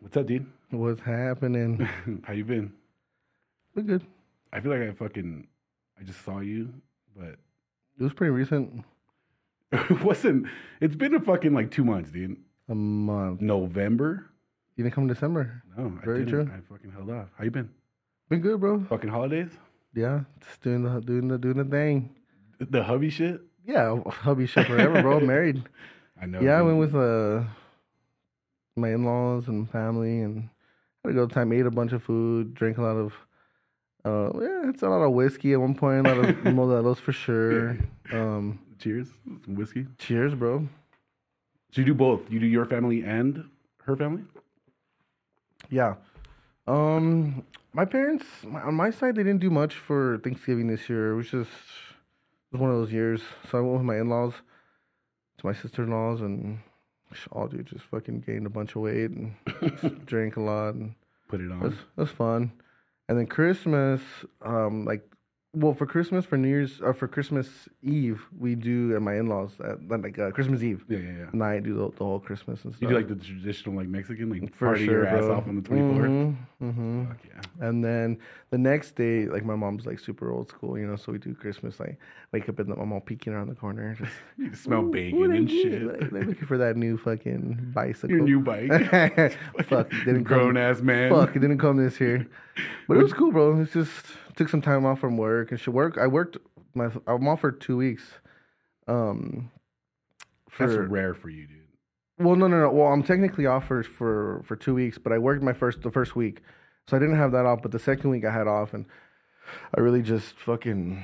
What's up, dude? What's happening? How you been? We're good. I feel like I fucking I just saw you, but It was pretty recent. it wasn't. It's been a fucking like two months, dude. A month. November. You didn't Um, uh, come in December. No, I Very didn't. true. I fucking held off. How you been? Been good, bro. Fucking holidays? Yeah, just doing the doing the doing the thing. The hubby shit? Yeah, hubby shit forever, bro. Married. I know. Yeah, I dude. went with uh my in laws and family and had a good time. Ate a bunch of food, drank a lot of. Uh, yeah, it's a lot of whiskey at one point. A lot of modelos for sure. Um, Cheers. Some whiskey. cheers, bro. So you do both. You do your family and her family? Yeah. Um, my parents my, on my side they didn't do much for Thanksgiving this year. It was just it was one of those years. So I went with my in-laws to my sister-in-laws and all dude just fucking gained a bunch of weight and just drank a lot and Put it on. that's that's fun. And then Christmas, um, like, well, for Christmas, for New Year's, or for Christmas Eve, we do at my in-laws at like uh, Christmas Eve Yeah, yeah, yeah. night. Do the, the whole Christmas and stuff. You do like the traditional like Mexican, like for party your sure, ass bro. off on the twenty fourth. hmm hmm Fuck yeah. And then the next day, like my mom's like super old school, you know. So we do Christmas, like wake up and I'm all peeking around the corner, just You smell "Ooh, bacon what'd I and get?" shit. Like, they're looking for that new fucking bicycle. Your new bike. Fuck, it didn't Grown come. ass man. Fuck, it didn't come this year. But it was cool, bro. It's just took some time off from work and shit. Work. I worked my. I'm off for two weeks. Um, That's for- rare for you, dude. well, no, no, no. Well, I'm technically off for, for for two weeks, but I worked my first the first week, so I didn't have that off. But the second week I had off, and I really just fucking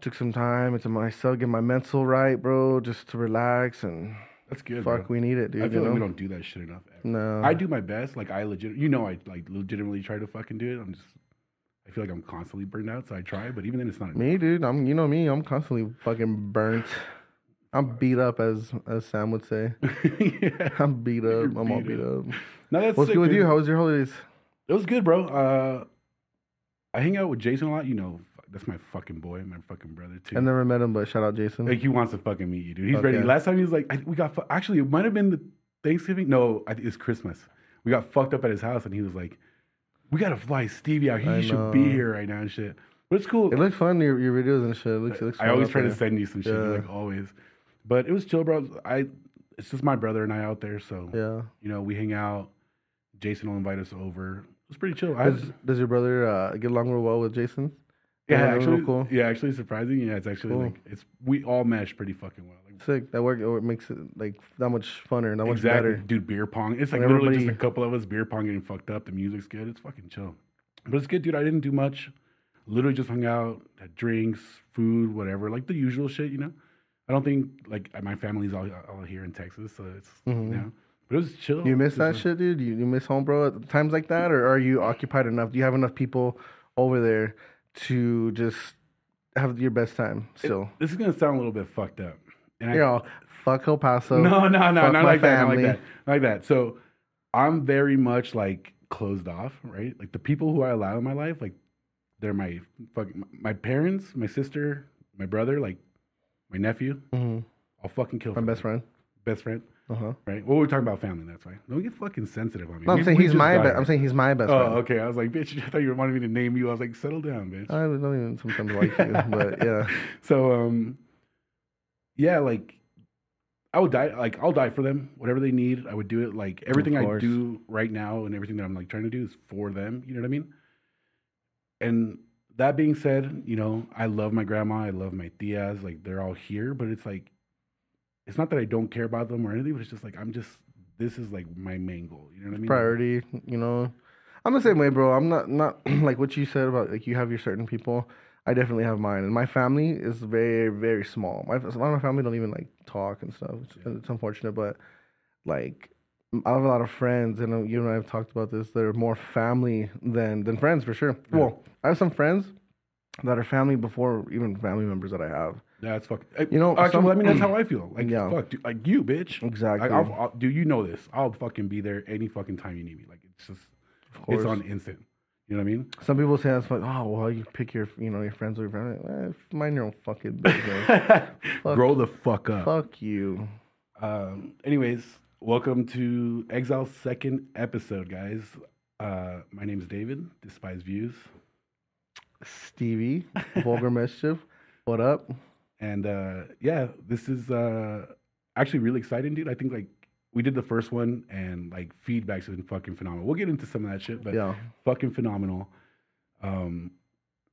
took some time into myself, get my mental right, bro, just to relax and That's good. bro. fuck. We need it, dude. I feel you like we know? don't do that shit enough. Ever. No, I do my best. Like I legit, you know, I like legitimately try to fucking do it. I'm just, I feel like I'm constantly burned out, so I try. But even then, it's not. me, dude. I'm you know me. I'm constantly fucking burnt. I'm beat up, as as Sam would say. yeah. I'm beat up. I'm all beat beat up. No, that's What's sick, good with dude. you? How was your holidays? It was good, bro. Uh, I hang out with Jason a lot. You know, fuck, that's my fucking boy, my fucking brother too. I never met him, but shout out Jason. like he wants to fucking meet you, dude. He's ready. Mm-hmm. Okay. Last time he was like, I, we got fu- actually it might have been the Thanksgiving. No, I think it's Christmas. We got fucked up at his house, and he was like, "We gotta fly Stevie out. He I should know. be here right now and shit." But it's cool. It looks fun. Your, your videos and shit. It looks. It looks I fun always out try to there. send you some shit, Yeah. like always. But it was chill, bro. I it's just my brother and I out there, so Yeah. you know we hang out. Jason will invite us over. It's pretty chill. I, Does, does your brother uh, get along real well with Jason? yeah, that was real actually, cool. yeah, actually surprising. Yeah, it's actually Cool. like it's we all mesh pretty fucking well. Like, Sick. That work it makes it like that much funner, that much exactly, better. dude. Beer pong. It's like When literally just a everybody- couple of us beer pong getting fucked up. The music's good. It's fucking chill. But it's good, dude. I didn't do much. Literally just hung out, had drinks, food, whatever, like the usual shit, you know. I don't think like uh, my family's all, all here in Texas, so it's Mhm. you know. But it was chill. You miss Just, that like, shit, dude. You, you miss home, bro. At times like that, or are you occupied enough? Do you have enough people over there to just have your best time? Still, This is gonna sound a little bit fucked up. And I- you know, fuck El Paso. no, no, no, fuck not my like that, not like family. that, not like that. So I'm very much like closed off, right? Like the people who I allow in my life, like they're my fucking my parents, my sister, my brother, like my nephew. Mhm. I'll fucking kill my for best them. friend. best friend, Uh huh. right? Well, we're talking about family. That's why. Don't get fucking sensitive on me. No, I'm We- saying we he's just my. got Be- here. I'm saying he's my best Oh, friend. okay. I was like, bitch, I thought you wanted me to name you. I was like, settle down, bitch. I don't even sometimes like you, but yeah. So um yeah, like I would die like I'll die for them. Whatever they need, I would do it. Like everything I course. do right now and everything that I'm like trying to do is for them. You know what I mean? And that being said, you know, I love my grandma, I love my tias, like they're all here, but it's like it's not that I don't care about them or anything, but it's just like I'm just this is like my main goal. You know what I mean? priority, you know. I'm the same way, bro. I'm not not like what you said about like you have your certain people. I definitely have mine, and my family is very very small. My a lot of my family don't even like talk and stuff. It's, it's unfortunate, but like I have a lot of friends, and uh, you and I have talked about this. They're more family than than friends for sure. Yeah. Well, I have some friends that are family before even family members that I have. That's fuck. You know, actually, some- let me. That's how I feel. Like, Yeah. fuck, dude, like you, bitch. Exactly. Like, I'll, I'll, dude, you know this. I'll fucking be there any fucking time you need me. Like, it's just, Of it's course, on instant. You know what I mean? some people say that's like, oh well, you pick your you know your friends or your family. Eh, mind your own fucking business. Grow the fuck up. Fuck you. Um, anyways, Welcome to Exile's second episode, guys. Uh, my name is David, Despise Views. Stevie, vulgar mischief. What up? And uh, yeah, this is uh, actually really exciting, dude. I think like we did the first one and like feedback's been fucking phenomenal. We'll get into some of that shit, but Yeah, fucking phenomenal. Um,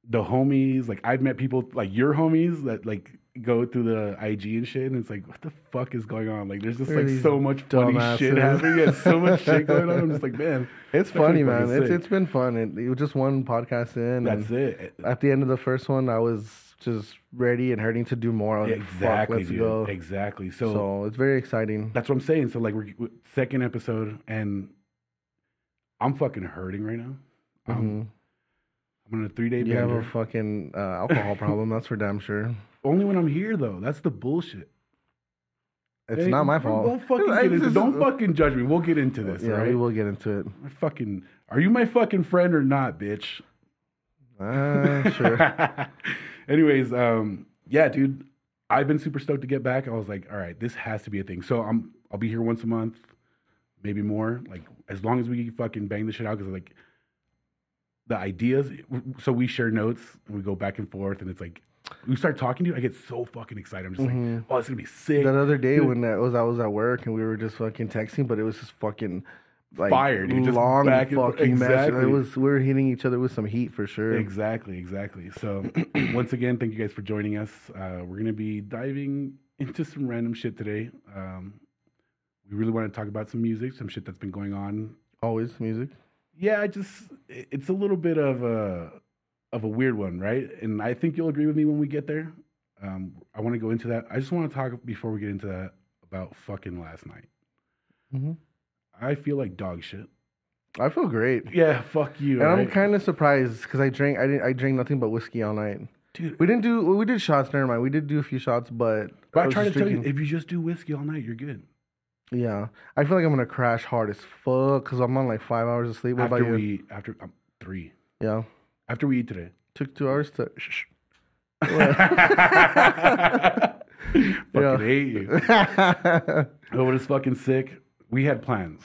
the homies, like I've met people like your homies that like go through the IG and shit, and it's like, what the fuck is going on? Like, there's just There are like these so much funny shit dumbasses. happening. Yeah, so much shit going on. I'm just like, man, That's it's pretty funny, fucking man. It's sick. it's been fun. It, it was just one podcast in. that's and it. At the end of the first one, I was just ready and hurting to do more. I was like, fuck, Exactly, let's dude. go. Exactly. So, So, it's very exciting. that's what I'm saying. So like, we're we're- second episode, and I'm fucking hurting right now. Um, Mhm. I'm on a three day You have bender. a fucking uh, alcohol problem. That's for damn sure. Only when I'm here though. That's the bullshit. It's Hey, not my we fault. won't fucking get I- into- this is- don't fucking judge me. We'll get into this. Yeah, all right? we will get into it. My fucking, are you my fucking friend or not, bitch? Uh, sure. Anyways, um, yeah, dude, I've been super stoked to get back. I was like, all right, this has to be a thing. So I'm, I'll be here once a month, maybe more. Like as long as we fucking bang the shit out, because like the ideas. So we share notes and we go back and forth, and it's like we start talking to. you, I get so fucking excited. I'm just like, Mhm. oh, it's gonna be sick. That other day Dude. when that was I was at work and we were just fucking texting, but it was just fucking like Fire, dude. Just long back and- fucking exactly. mess. It was we were hitting each other with some heat for sure. Exactly, exactly. So, once again, thank you guys for joining us. Uh, we're going to be diving into some random shit today. Um, we really want to talk about some music, some shit that's been going on. Always music. Yeah, I just i- it's a little bit of a of a weird one, right? And I think you'll agree with me when we get there. Um, I want to go into that. I just want to talk before we get into that about fucking last night. hmm I feel like dog shit. I feel great, Yeah, fuck you. and I'm alright? kind of surprised because I drank I didn't I drank nothing but whiskey all night. dude. We didn't do well, we did shots. Never mind. We did do a few shots, but But I was try to just tell you, drinking- if you just do whiskey all night, you're good. Yeah, I feel like I'm gonna crash hard as fuck because I'm on like five hours of sleep. What after about you? we after um, three yeah, after we eat today. took two hours to. Shh. fucking Yeah. hate you. Oh, it is fucking sick. We had plans.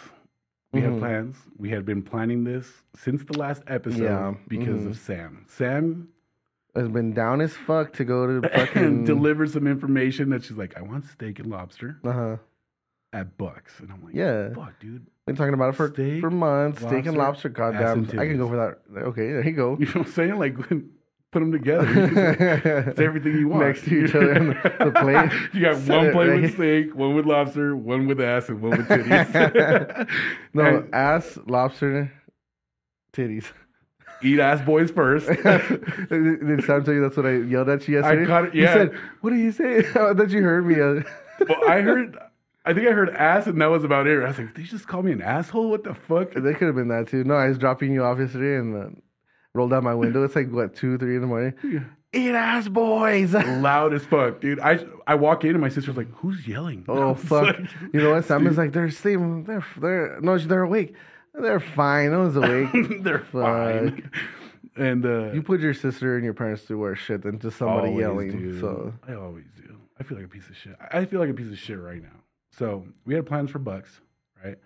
We had Mhm. plans. We had been planning this since the last episode Yeah, because mhm. of Sam. Sam has been down as fuck to go to fucking. delivered some information that she's like, I want steak and lobster uh huh. at Bucks. And I'm like, Yeah, fuck, dude. been talking about it for Steak, for months. Steak and lobster, lobster, goddamn. ass and I can go titties. for that. Okay, there you go. You know what I'm saying? Like, put them together. It's everything you want. Next to each other on the- the plate. you got Set one it plate right. with steak, one with lobster, one with ass, and one with titties. no And ass, lobster, titties. eat ass boys first. Did Sam tell you that's what I yelled at you yesterday? caught it, You yeah. said, "What did you say?" I thought you heard me. well, I heard, I think I heard ass, and that was about it. I was like, did you just call me an asshole? What the fuck? That could have been that too. No, I was dropping you off yesterday and uh, rolled out my window. It's like what two, three in the morning. Eat ass, boys. Loud as fuck, dude. I I walk in and my sister's like, "Who's yelling?" I Oh was fuck! like- you know what? Sam is like they're sleeping. They're they're no, they're awake. They're fine. No one's awake. they're fine. And uh, you put your sister and your parents through worse shit than just somebody always yelling. do. So I always do. I feel like a piece of shit. I I feel like a piece of shit right now. So we had plans for Bucks, right?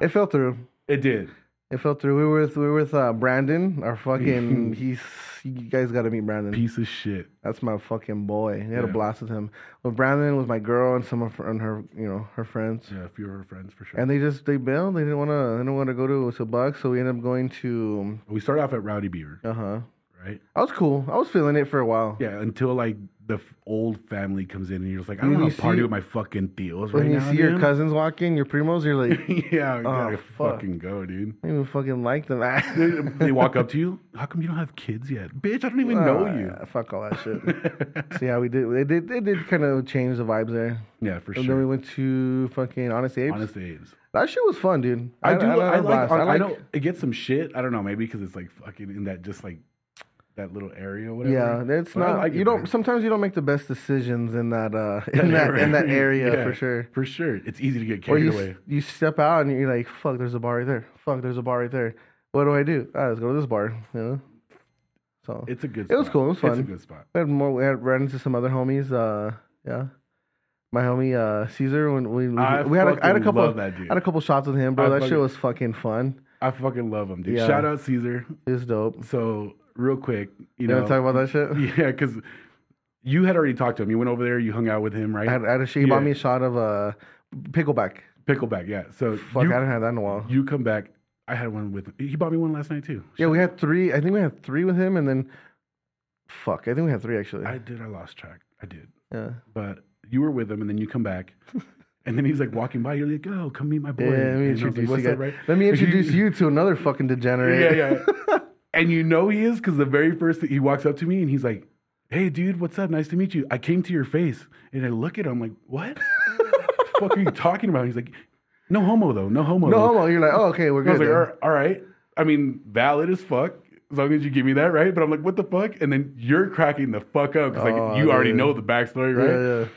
it fell through. It did. It fell through. We were with we were with uh, Brandon. Our fucking he's. You guys got to meet Brandon. Piece of shit. That's my fucking boy. He had a Yeah. blast with him. Well, Brandon was my girl and some of her, and her, you know, her friends. Yeah, a few of her friends for sure. And they just they bailed. They didn't want to. They didn't want to go to to Bucks. So we ended up going to. we started off at Rowdy Beaver, Uh huh. right? I was cool. I was feeling it for a while. Yeah, until like the f- old family comes in and you're just like, I When don't want you to party see- with my fucking deals right When you now. see your dude. cousins walk in, your primos, you're like, yeah, you gotta Oh, fuck. fucking go, dude. I don't even fucking like them. Ah. They- they walk up to you. How come you don't have kids yet, bitch? I don't even know Ah, you. yeah, fuck all that shit. so yeah, we did. They did. They did kind of change the vibes there. yeah, for And sure. then we went to fucking Honest Apes. Honest Abe's. That shit was fun, dude. I do. had a I, like, blast. I, know it gets some shit. I don't know. Maybe because it's like fucking in that just like that little area. Or whatever. Yeah, it's But I not. like you it don't. there. Sometimes you don't make the best decisions in that uh That in that in that area. area Yeah. for sure. for sure. It's easy to get Or carried you away. s- you step out and you're like, fuck, there's a bar right there. Fuck, there's a bar right there. What do I do? Ah, let's go to this bar. You know. So It's a good. It was spot. cool, it was It's a fun. good spot. we had more. We had ran into some other homies. Uh, yeah. My homie uh, Caesar, when we we, I we had, a, I had a fucking couple, love that dude. I had a couple shots with him, bro. I that shit fucking- was fucking fun. I fucking love him, dude. Yeah. Shout out Caesar. It was dope. So real quick, you, You, know, know, talk about that shit. yeah, because you had already talked to him. You went over there, you hung out with him, right? I had, I had a shot. He Yeah. bought me a shot of uh, pickleback. Pickleback, yeah. So Fuck, you, I haven't had that in a while. you come back. I had one with. He bought me one last night too. yeah, we had three. I think we had three with him, and then fuck, I think we had three actually. I did. I lost track. I did. yeah, But you were with him, and then you come back, and then he's like walking by. You're like, "Oh, come meet my boy." yeah. Let me And I was like, introduce "What's you. up, right?" guys- Let me If you- introduce you to another fucking degenerate. Yeah, yeah. and you know he is because the very first thing, he walks up to me and he's like, "Hey, dude, what's up? Nice to meet you. I came to your face." And I look at him like, "What? the fuck are you talking about?" He's like, "No homo though. No homo. No though." homo. You're like, oh, okay, we're I was good. like, then. all right, all right. I mean, valid as fuck. As long as you give me that, right? But I'm like, what the fuck? And then you're cracking the fuck up because like Oh, you already dude. know the backstory, right? Yeah, yeah.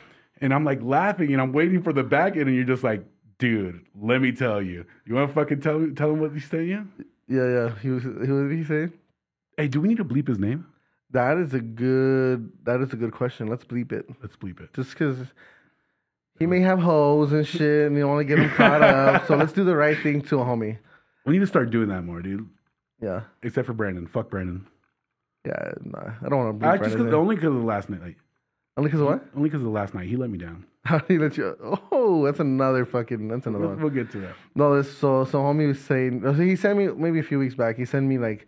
And I'm like laughing and I'm waiting for the back end, and you're just like, dude, let me tell you. You want to fucking tell me, tell him what he sent you? Yeah, yeah. He was. He, what did he say? Hey, do we need to bleep his name? That is a good. That is a good question. Let's bleep it. Let's bleep it. Just because he may have hoes and shit, and you want to get him caught up. So let's do the right thing to a homie. We need to start doing that more, dude. Yeah, Except for Brandon. Fuck Brandon. yeah. Nah, I don't want to I bleep. just Brandon's cause, name. only because of the last night. Like, Only because what? only because of the last night. He let me down. How do you let you? Oh, that's another fucking. That's another We'll, one. we'll get to that. No, this so so homie was saying so he sent me maybe a few weeks back. He sent me like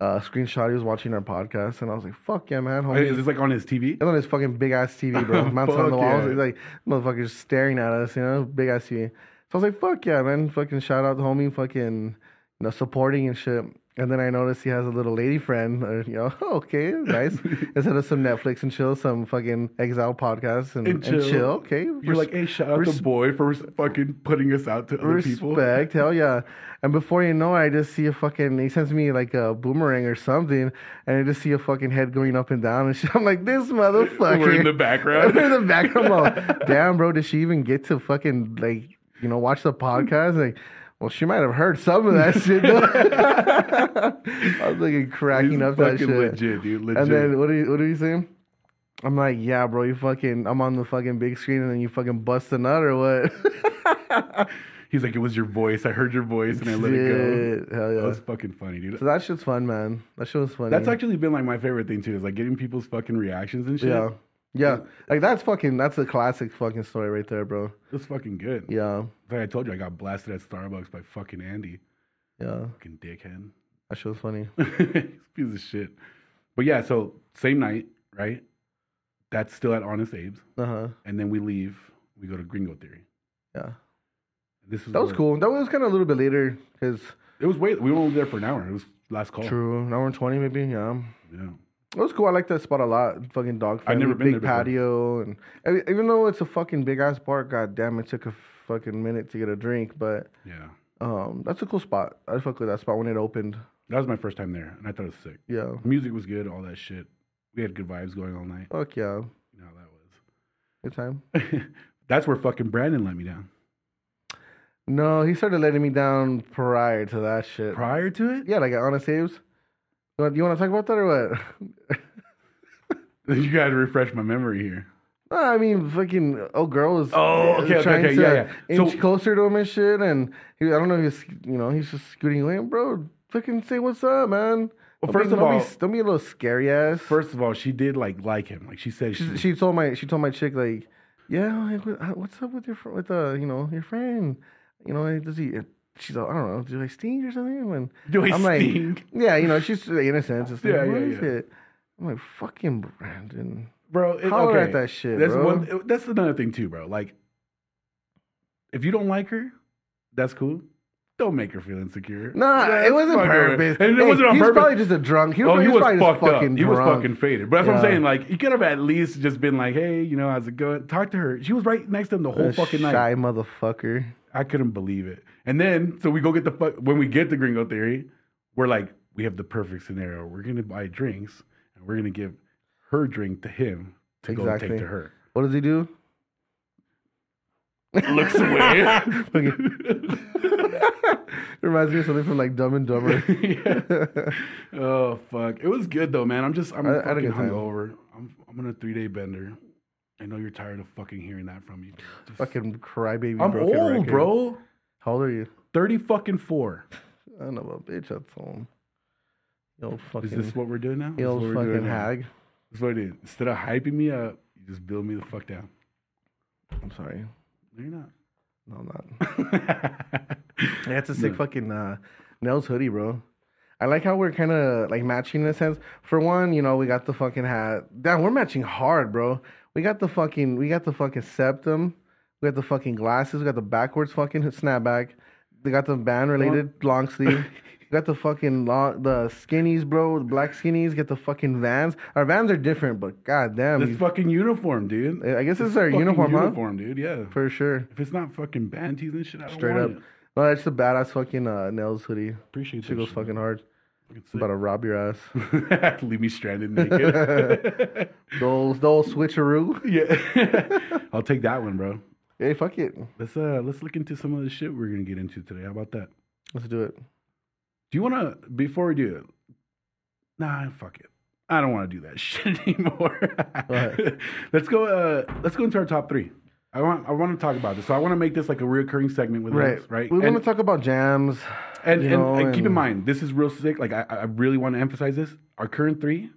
a screenshot. He was watching our podcast, and I was like, "Fuck yeah, man, homie!" Is this like on his TV? And on his fucking big ass TV, bro, mounted on the Fuck walls. yeah. He's like motherfuckers staring at us, you know, big ass TV. So I was like, "Fuck yeah, man!" Fucking shout out to homie, fucking you know, supporting and shit. And then I noticed he has a little lady friend. Or, you know, okay, nice. Instead of some Netflix and chill, some fucking Exile podcast and, And and chill. chill. Okay, You're like, hey, shout out res- the boy for fucking putting us out to other people. Respect, hell yeah. And before you know it, I just see a fucking, he sends me like a boomerang or something, and I just see a fucking head going up and down and shit. I'm like, this motherfucker. We're in the background. We're in the background. I'm all, Damn, bro, did she even get to fucking, like, you know, watch the podcast? Like, well, she might have heard some of that shit. though. I was like cracking He's up that fucking shit. legit, dude. Legit. And then what do you what do you say? I'm like, yeah, bro, you fucking I'm on the fucking big screen and then you fucking bust a nut or what? He's like, it was your voice. I heard your voice and I let it Shit, Hell go. That yeah. was fucking funny, dude. So that shit's fun, man. That shit was funny. That's actually been like my favorite thing too, is like getting people's fucking reactions and shit. yeah. Yeah. Like that's fucking that's a classic fucking story right there, bro. It's fucking good. Yeah. Like I told you, I got blasted at Starbucks by fucking Andy. Yeah. Fucking dickhead. That shit was funny. Piece of shit. But yeah, so same night, right? That's still at Honest Abe's. Uh-huh. And then we leave. We go to Gringo Theory. Yeah. This is That was where- cool. That was kind of a little bit later because It was way we were only there for an hour. It was last call. true, an hour and twenty maybe. Yeah, Yeah. it was cool. I like that spot a lot. Fucking dog. I've never friendly, been big there before. patio, and and even though it's a fucking big ass bar, god damn, it took a fucking minute to get a drink. But Yeah. um, that's a cool spot. I fuck with that spot when it opened. That was my first time there and I thought it was sick. Yeah, Music was good, all that shit. We had good vibes going all night. fuck yeah, You know how good time. that was. That's where fucking Brandon let me down. No, he started letting me down prior to that shit. Prior to it, yeah, like at Honest Saves. You want, you want to talk about that or what? you got to refresh my memory here. No, I mean, fucking old girl was Oh, okay, okay, trying okay, to yeah, yeah. inch So- closer to him and shit, and he, I don't know, he's you know, he's just scooting away. And bro, fucking say what's up, man. Well, Don't first be, of don't be- all- don't be a little scary ass. First of all, she did like like him. Like she said, she, she, she told my she told my chick like, yeah, like, what- uh, what's up with your fr- with uh you know your friend, you know does he? uh, She's like, I don't know, do I stink or something? And do I I'm stink, like, yeah, you know, she's like, innocent. It's like, Yeah, yeah, yeah, yeah. it? I'm like, fucking Brandon. bro? It, Holler okay. at that shit, that's bro. one. That's another thing too, bro. Like, if you don't like her, that's cool. Don't make her feel insecure. Nah, That's it wasn't fucking- purpose. And it Hey, wasn't on he was purpose. probably just a drunk. He was, oh, probably, he was, probably fucked just up. fucking He was drunk. fucking faded. But that's what I'm Yeah. saying. Like, you could have at least just been like, "Hey, you know, how's it going?" Talk to her. She was right next to him the whole A fucking night. shy motherfucker. I couldn't believe it. And then, so we go get the fuck. When we get the Gringo Theory, we're like, we have the perfect scenario. We're gonna buy drinks and we're gonna give her drink to him to go Exactly. take to her. What does he do? Looks away. Reminds me of something from like Dumb and Dumber. Yeah. Oh fuck! It was good though, man. I'm just I'm I- I had a fucking good time. hungover. I'm I'm on a three day bender. I know you're tired of fucking hearing that from me. dude. Just- Fucking crybaby. I'm broken old, record. bro. How old are you? Thirty fucking four. I don't know, but bitch, that's home. You old fucking, Is this what we're doing now? you This is old what we're doing fucking now. hag. That's what it is. Instead of hyping me up, you just build me the fuck down. I'm sorry. No, you're not. No, I'm not. yeah, That's a sick fucking uh, Nels hoodie, bro. I like how we're kind of like matching in a sense. For one, you know, we got the fucking hat. Damn, we're matching hard, bro. We got the fucking, we got the fucking septum. We got the fucking glasses. We got the backwards fucking snapback. They got the band related long sleeve. we got the fucking long, the skinnies, bro. The black skinnies. Get the fucking vans. Our vans are different, but goddamn, This these- fucking uniform, dude. I guess this is our Fucking uniform, huh? uniform, dude. Yeah. For sure. If it's not fucking banties and shit, I don't Straight want up. it. No, that's the badass fucking uh, Nels hoodie. Appreciate She that goes shit. fucking hard. Fucking sick. About to rob your ass. Leave me stranded naked. Those those switcheroo. yeah. I'll take that one, bro. Hey, fuck it. Let's uh let's look into some of the shit we're gonna get into today. How about that? Let's do it. Do you wanna before we do it? Nah, fuck it. I don't wanna do that shit anymore. What? let's go uh let's go into our top three. I want I wanna talk about this. So I wanna make this like a reoccurring segment with us, right? We And- want to talk about jams. and, you and, know, and keep in and- mind, this is real sick. Like I, I really want to emphasize this. Our current three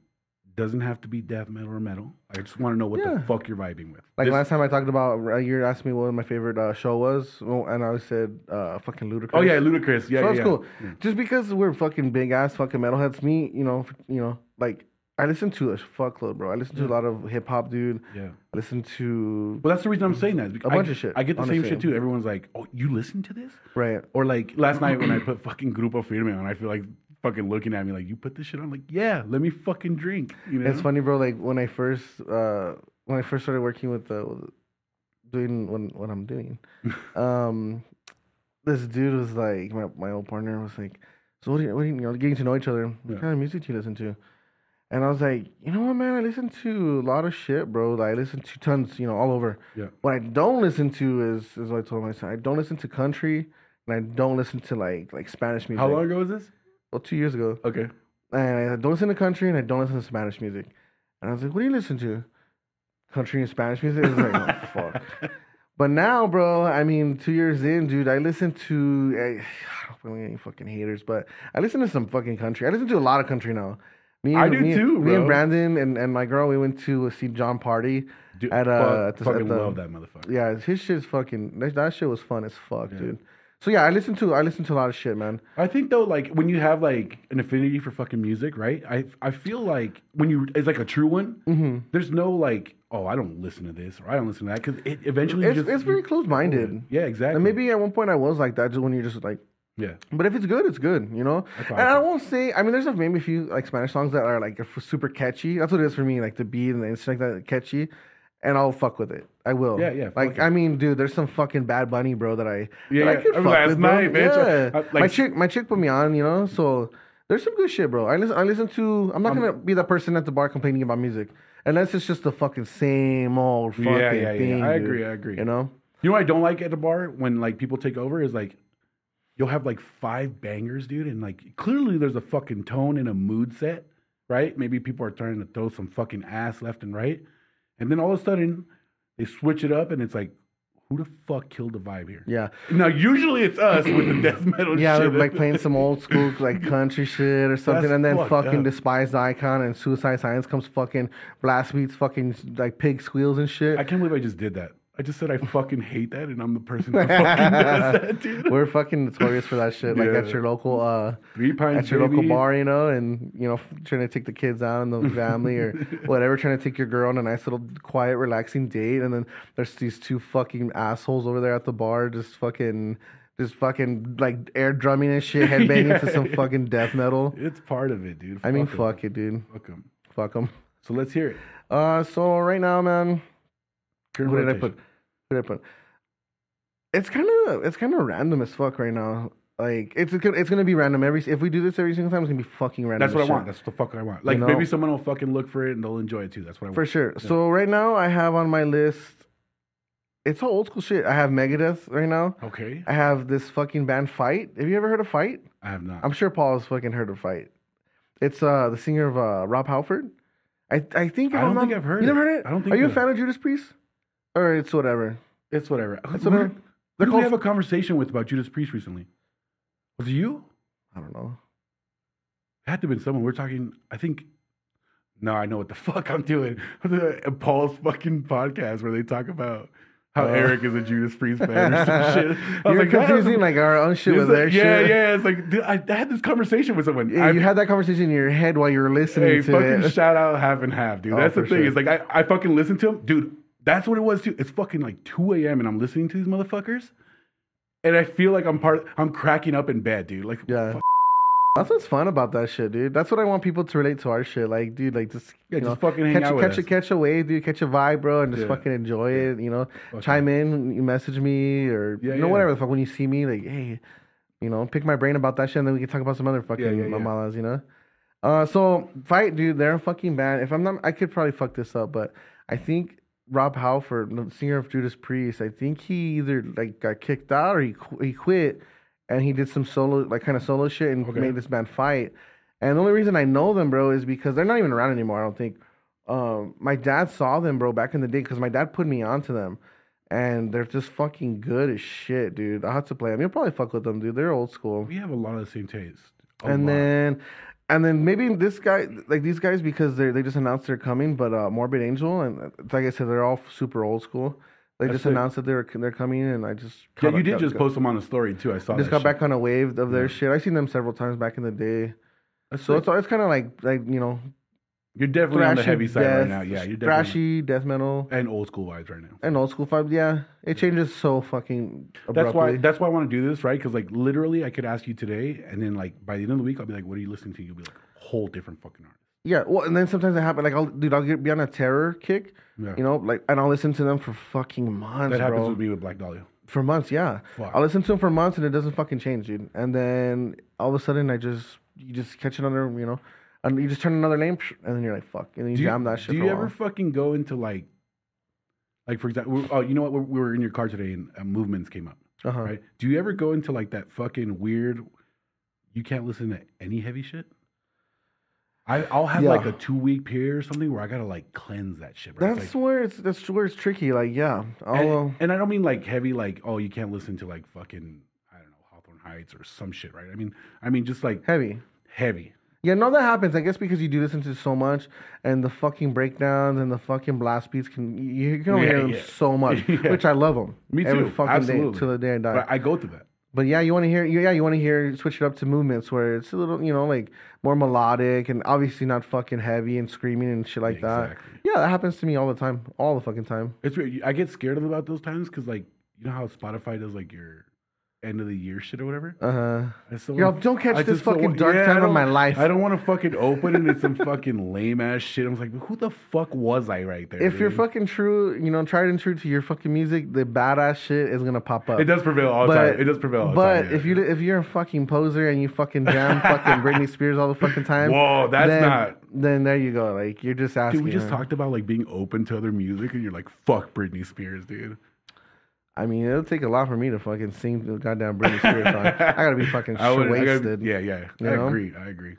doesn't have to be death metal or metal. I just want to know what the Yeah. fuck you're vibing with. Like This- last time I talked about, uh, you asked me what my favorite uh, show was, oh, and I said uh, fucking Ludacris. oh yeah, Ludacris. Yeah, so yeah, Mm. that's yeah. cool. Just because we're fucking big ass fucking metalheads, me, you know, f- you know, like I listen to a fuckload, bro. I listen to a lot of hip hop, dude. Yeah. I listen to Well, that's the reason I'm saying that. is because Mm-hmm. A bunch I, of shit, I get the same shit honestly. too. Everyone's like, "Oh, you listen to this?" right. Or like last night when I put fucking Grupo Firme on, I feel like fucking looking at me like, "You put this shit on?" Like, yeah, let me fucking drink. You know? It's funny, bro. Like when I first uh, when I first started working with the with- doing when what I'm doing, um, this dude was like my my old partner was like, so what do you, what do you, you know getting to know each other? What Yeah. kind of music do you listen to? And I was like, you know what, man? I listen to a lot of shit, bro. Like, I listen to tons, you know, all over. Yeah. What I don't listen to is is what I told myself. I don't listen to country, and I don't listen to like like Spanish music. How long ago was this? Well, two years ago Okay. and I don't listen to country and I don't listen to Spanish music. And I was like, what do you listen to? Country and Spanish music? I was like, oh, fuck. But now, bro, I mean, two years in, dude, I listen to, I, I don't fucking any fucking haters, but I listen to some fucking country. I listen to a lot of country now. Me I and- do me, and- too, Me bro. and Brandon and, and my girl, we went to see John Party. Dude, At, uh, fuck- at the- fucking at the- love that motherfucker. Yeah, his shit's fucking, that, that shit was fun as fuck, dude. So yeah, I listen to, I listen to a lot of shit, man. I think though, like when you have like an affinity for fucking music, right? I I feel like when you it's like a true one. Mm-hmm. There's no like, oh, I don't listen to this or I don't listen to that because it eventually It's, just it's very close-minded. yeah, exactly. And maybe at one point I was like that, just when you're just like, yeah, but if it's good, it's good, you know. That's how And I I feel. won't say. I mean, there's a maybe a few like Spanish songs that are like f- super catchy. That's what it is for me, like the beat and the instinct that are catchy, and I'll fuck with it. I will. Yeah, yeah, fuck Like it. I mean, dude, there's some fucking Bad Bunny, bro, that I Yeah, that I yeah. could I mean, fuck last with, bro. night, bitch, I- Yeah. I- like- my chick, my chick put me on, you know. So there's some good shit, bro. I listen. I listen to. I'm not gonna be the person at the bar complaining about music unless it's just the fucking same old fucking yeah, yeah, yeah. thing. I dude. agree, I agree. You know. You know what I don't like at the bar when like people take over is like you'll have like five bangers, dude, and like clearly there's a fucking tone and a mood set, right? Maybe people are trying to throw some fucking ass left and right. And then all of a sudden they switch it up and it's like, who the fuck killed the vibe here? Yeah. Now usually it's us with the death metal Yeah, shit. they're, like playing some old school like country shit or something, That's and then fucked fucking up. despised icon and suicide science comes fucking blast beats, fucking like pig squeals and shit. I can't believe I just did that. I just said I fucking hate that and I'm the person who fucking does that, dude. We're fucking notorious for that shit. Like Yeah. at your local, uh, Three pints at your local baby. bar, you know, and you know, f- trying to take the kids out and the family or whatever, trying to take your girl on a nice little quiet, relaxing date, and then there's these two fucking assholes over there at the bar, just fucking, just fucking like air drumming and shit, headbanging to some fucking death metal. It's part of it, dude. I mean, 'em. fuck it, dude. Fuck 'em. Fuck them. So let's hear it. Uh, so right now, man, Current what did I rotation. put? What did I put? It's kind of it's kind of random as fuck right now. Like it's gonna- it's gonna be random every if we do this every single time. It's gonna be fucking random. That's what as I shit. want. That's the fuck I want. Like know? maybe someone will fucking look for it and they'll enjoy it too. That's what I for want. sure. So right now, I have on my list. It's all old school shit. I have Megadeth right now. Okay, I have this fucking band Fight. Have you ever heard of Fight? I have not. I'm sure Paul has fucking heard of Fight. It's uh the singer of uh, Rob Halford. I I think if I I'm don't not- think I've heard You never it. heard it? I don't think Are you a so. fan of Judas Priest? Or it's whatever. It's whatever. Who, It's who, whatever. who They're did we called- have a conversation with about Judas Priest recently? Was it you? I don't know. It had to have been someone. We're talking, I think. No, I know what the fuck I'm doing. uh, Paul's fucking podcast where they talk about how Oh. Eric is a Judas Priest fan or some shit. I was You're "That doesn't- confusing like our own shit It's with like- yeah, their shit. yeah. It's like dude, I, I had this conversation with someone. Yeah, I- you had that conversation in your head while you were listening hey, to fucking it. shout out half and half, dude. Oh, that's the for thing. sure. It's like I, I fucking listened to him, dude. That's what it was too. It's fucking like 2 a.m. and I'm listening to these motherfuckers, and I feel like I'm part. I'm cracking up in bed, dude. Like yeah. That's what's fun about that shit, dude. That's what I want people to relate to our shit. Like, dude, like just Yeah, you just know, fucking hang catch out a, with catch a us. catch a wave, dude. Catch a vibe, bro, and just Yeah. fucking enjoy it. You know, Fuck chime in, you message me, or Yeah, you know yeah. whatever the fuck. When you see me, like, hey, you know, pick my brain about that shit, and then we can talk about some other fucking Yeah, yeah, yeah. mamalas, you know. Uh, so fight, dude. They're a fucking bad. If I'm not, I could probably fuck this up, but I think Rob Halford, the singer of Judas Priest, I think he either like got kicked out or he qu- he quit, and he did some solo like kind of solo shit and Okay. made this band fight. And the only reason I know them, bro, is because they're not even around anymore. I don't think. Um, my dad saw them, bro, back in the day, because my dad put me onto them, and they're just fucking good as shit, dude. I have to play them. You'll probably fuck with them, dude. They're old school we have a lot of the same taste. A and lot. then and then maybe this guy like these guys because they they just announced they're coming but uh morbid angel and uh, like i said they're all super old school they That's just sick. announced that they're they're coming and i just yeah, caught you up- did got- just got- post them on a story too. I saw. just that got shit. back on a wave of their Yeah. shit i've seen them several times back in the day That's so sick. it's it's kind of like like you know you're definitely on the thrashy heavy side death, right now. Yeah, you're definitely thrashy death metal and old school vibes right now. and old school vibes yeah it changes so fucking abruptly That's why. That's why I want to do this, right? Because like literally, I could ask you today, and then like by the end of the week, I'll be like, "What are you listening to?" You'll be like, "Whole different fucking artist." yeah well and then sometimes it happens like i'll dude i'll get be on a terror kick Yeah. you know like and i'll listen to them for fucking months That happens bro. with me with Black Dahlia. For months, yeah. Fuck. I listened to him for months and it doesn't fucking change, dude. And then all of a sudden, I just you just catch another, you know, and you just turn another name, psh, and then you're like, fuck, and then you, Do you, jam that shit. do for you a ever while. fucking go into like, like for example, we- oh, you know what? We we were in your car today, and uh, movements came up, Uh-huh. right? Do you ever go into like that fucking weird? You can't listen to any heavy shit. I, I'll have Yeah. like a two week period or something where I gotta like cleanse that shit. Right? It's That's where it's that's where it's tricky. Like, yeah, like, and, I'll, uh and I don't mean like heavy, like oh you can't listen to like fucking I don't know Hawthorne Heights or some shit, right? I mean I mean just like heavy. heavy. Yeah, no, that happens. I guess because you do listen to so much, and the fucking breakdowns and the fucking blast beats can you, you can only Yeah, hear them yeah. so much, Yeah. which I love them. Me too. Every fucking Absolutely. day till the day I die. But I go through that. But yeah, you want to hear yeah, you want to hear switch it up to movements where it's a little, you know, like more melodic and obviously not fucking heavy and screaming and shit like Exactly. that. Yeah, that happens to me all the time, all the fucking time. It's weird. I get scared about those times because, like, you know how Spotify does like your end of the year shit or whatever. Uh huh. I still Yo, wanna- don't catch I this just don't fucking wa- dark I time of don't- my life. I don't want to fucking open it. It's some fucking lame ass shit. I'm like, who the fuck was I right there? If you're dude? fucking true, you know, tried and true to your fucking music, the badass shit is gonna pop up. it does prevail all the time. It does prevail. All the but time, yeah. if you if you're a fucking poser and you fucking jam fucking Britney Spears all the fucking time, Whoa, that's then, not- Then there you go. Like you're just asking. dude, we just her. talked about like being open to other music, and you're like, fuck Britney Spears, dude. I mean, it'll take a lot for me to fucking sing the goddamn Britney Spears song. I gotta be fucking I would. I gotta- wasted. yeah, yeah. You I know? agree. I agree.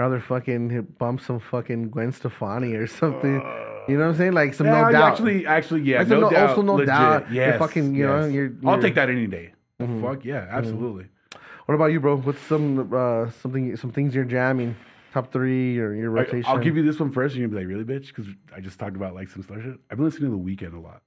Rather fucking hit- bump some fucking Gwen Stefani or something. you know what I'm saying? Like some Uh, Yeah, no I doubt. Actually, actually, yeah. That's a no- doubt, also no legit. doubt. You're Yes, fucking, you know, yes. I'll you're- you're- Mm-hmm. take that any day. The Fuck yeah, absolutely. what about you, bro? What's some uh, something some things you're jamming? Top three or your I, rotation? I'll give you this one first, and you'll be like, "Really, bitch?" Because I just talked about like some slur shit. I've been listening to The Weekend a lot,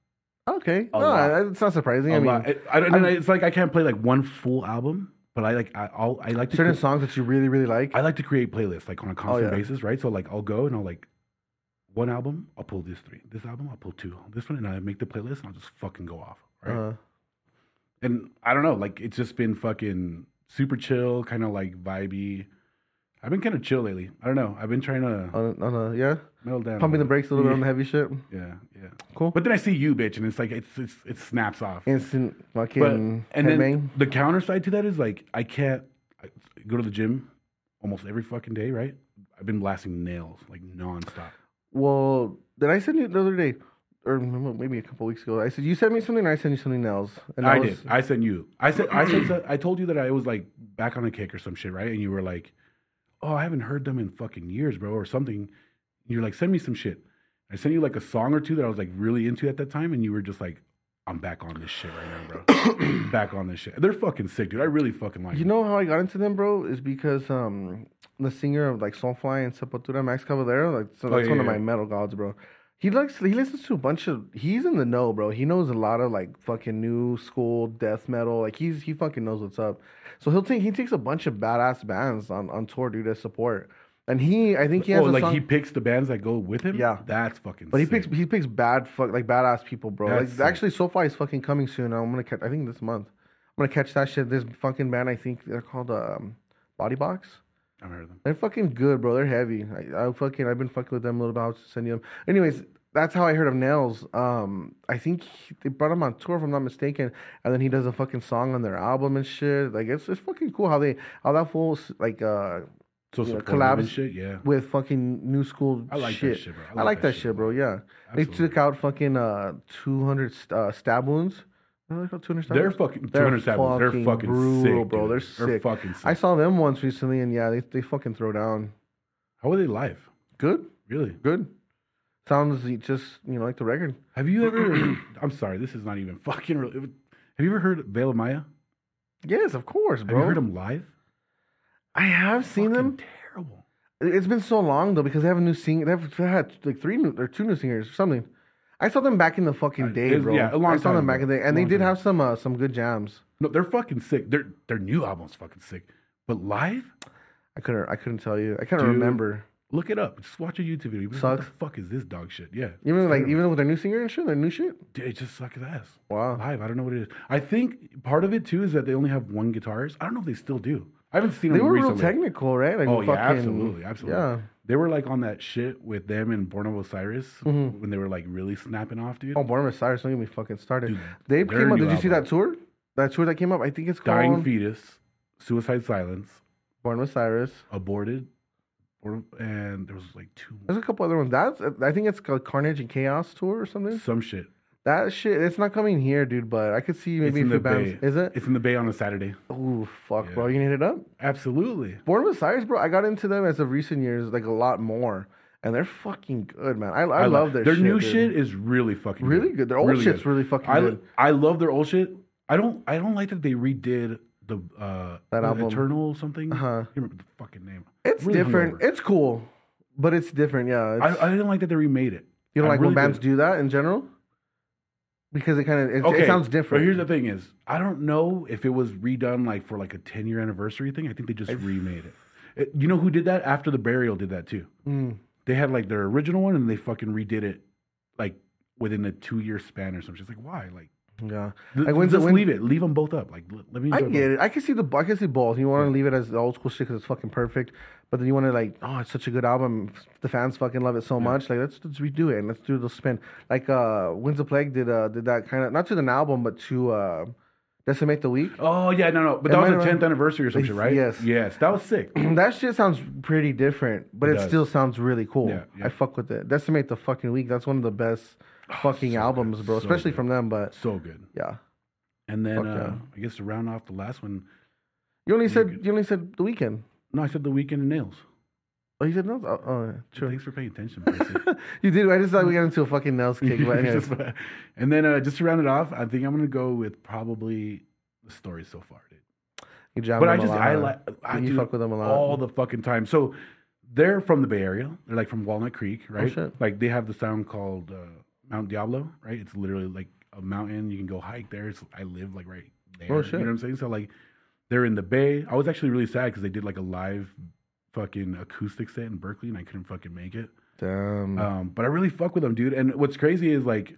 Okay, a no, lot. it's not surprising. a I mean, lot. It- I, don't- and it's like I can't play like one full album, but I like I, I'll I like to certain cre- songs that you really really like. I like to create playlists like on a constant yeah. basis, right? So like I'll go and I'll like one album, I'll pull these three. This album, I'll pull two. This one, and I make the playlist, and I'll just fucking go off, right? uh, and I don't know, like it's just been fucking super chill, kind of like vibey. I've been kind of chill lately. I don't know. I've been trying to on, on a, yeah, mellow down. a Uh, pumping the little brakes a little bit on the heavy shit. bit. Yeah, yeah. Cool. But then I see you, bitch, and it's like it's, it's it snaps off. Instant fucking But and then headbang. the counter side to that is like I can't I go to the gym almost every fucking day, right? I've been blasting nails like nonstop. Well, did I send you the other day, or m- maybe a couple weeks ago? I said you sent me something, and I sent you something else. And that I was- did. I sent you. I said. I said. I told you that I was like back on the kick or some shit, right? And you were like, "Oh, I haven't heard them in fucking years, bro," or something. You're like, send me some shit. I sent you like a song or two that I was like really into at that time, and you were just like, I'm back on this shit right now, bro. back on this shit. They're fucking sick, dude. I really fucking like. You them. know how I got into them, bro, is because um the singer of like Soulfly and Sepultura, Max Caballero, like so Oh, that's yeah, one of yeah, my yeah. metal gods, bro. He likes he listens to a bunch of he's in the know, bro. He knows a lot of like fucking new school death metal. Like he's he fucking knows what's up. So he'll take he takes a bunch of badass bands on on tour, dude, as support. And he I think he has oh, a like song, he picks the bands that go with him. Yeah. that's fucking. but he sick. picks he picks bad fuck like badass people, bro. That's like sick. actually Soulfly is fucking coming soon. I'm gonna catch I think this month. I'm gonna catch that shit. This fucking band I think they're called um, Body Box. I've heard of them. They're fucking good, bro. They're heavy. I, I fucking I've been fucking with them a little bit. I'll send you them. Anyways, that's how I heard of Nails. Um, I think he- they brought him on tour, if I'm not mistaken, and then he does a fucking song on their album and shit. Like it's it's fucking cool how they how that fool s- like uh So yeah, Yeah, collabs- collabs and shit. Yeah, with fucking new school I like shit. that shit, bro. I like that shit, bro. Yeah, they Absolutely. took out fucking uh 200 st- uh, stab wounds. What are they called? 200 stab They're wounds? fucking They're 200 samples. They're fucking fucking brutal, sick, bro. dude. They're sick. fucking sick. I saw them once recently, and yeah, they they fucking throw down. How are they live? Good. Really? good. Sounds y- just you know like the record. Have you ever? I'm sorry, this is not even fucking real. Have you ever heard Veil of Maya? Have Yes, of course, you bro. heard them live? I have seen Fucking them. Terrible. It- It's been so long though because they have a new singer. They've they had like three new, or two new singers or something. I saw them back in the fucking Uh, day, it's- bro. yeah, a long I saw time them back ago. in the day, and they Long did time. have some uh, some good jams. No, they're fucking sick. Their their new album's fucking sick. But live, I couldn't I couldn't tell you. I can't Dude. remember. look it up. Just watch a YouTube video. You'll be like, Sucks. What the fuck is this dog shit? Yeah. Even it's like terrible. even with their new singer and shit, their new shit. Dude, it just sucks ass. Wow. Live, I don't know what it is. I think part of it too is that they only have one guitarist. I don't know if they still do. I haven't seen They them were recently. real technical, right? Like Oh yeah, absolutely, absolutely. Yeah. They were like on that shit with them and Born of Osiris Mhm. when they were like really snapping off, dude. Oh, Born Cyrus, don't get me fucking started. Dude, they their came up. new Did you see album. that tour? That tour that came up. I think it's called Dying fetus, suicide silence, Born with Cyrus. aborted, or, and there was like two more, There's a couple other ones. That's I think it's called Carnage and Chaos tour or something. some shit. That shit, it's not coming here, dude. But I could see maybe a in few the bands. Bay. Is it? It's in the Bay on a Saturday. Ooh, fuck, Yeah. bro. You gonna hit it up? Absolutely. Born with Cyrus, bro. I got into them as of recent years, like a lot more, and they're fucking good, man. I, I, lo- love their their shit, new dude. shit is really fucking Really good. Their old Really shit's good. really fucking I good. I love their old shit. I don't I don't like that they redid the uh That what, album. Eternal something. Uh-huh. I can't remember the fucking name. It's really different. hungover. It's cool, but it's different. Yeah. I, It's, I didn't like that they remade it. you don't I like when really bands didn't. do that in general because it kind of it, it sounds But different. here's the thing: is I don't know if it was redone like for like a 10 year anniversary thing. I think they just remade it. It- You know who did that? After the burial did that too. Mm. They had like their original one and they fucking redid it like within a two year span or something. It's like why? Like, Yeah. th- Like, when's it- just when- leave it. Leave them both up. Like l- let me. I enjoy get both. it. I can see the I can see both. You want to leave it as the old school shit because it's fucking perfect, but then you want to like, oh, it's such a good album. The fans fucking love it so much. Like, let's, let's redo it and let's do the spin. Like, uh, Winds of Plague did uh did that kind of not to an album, but to uh, Decimate the Week. Oh yeah, no, no. But Am that I was the wrong? 10th anniversary or something, right? Yes. Yes, that was sick. that shit sounds pretty different, but It it, does. still sounds really cool. Yeah, yeah. Oh, I fuck with it. Decimate the fucking week. That's one of the best fucking so albums, good, bro. so Especially good. from them, but So good. yeah. And then Fuck uh, yeah. I guess to round off the last one. You only said good. you only said the weekend. No, I said the weekend and nails. Oh, you said no. Oh, oh yeah, true. Thanks for paying attention. Percy. you did. I just thought we got into a fucking nails kick. But anyways. Just- and then uh, just to round it off, I think I'm gonna go with probably the story so far, dude. You jam But I them a just I like lot. I You do fuck with them a lot. all the fucking time. So they're from the Bay Area. They're like from Walnut Creek, right? Oh, shit. Like they have the sound called uh, Mount Diablo, right? It's literally like a mountain. You can go hike there. It's, I live like right there. Oh, shit. You know what I'm saying? So like they're in the Bay. I was actually really sad because they did like a live fucking acoustic set in Berkeley, and I couldn't fucking make it. Damn. Um, but I really fuck with them, dude. And what's crazy is like,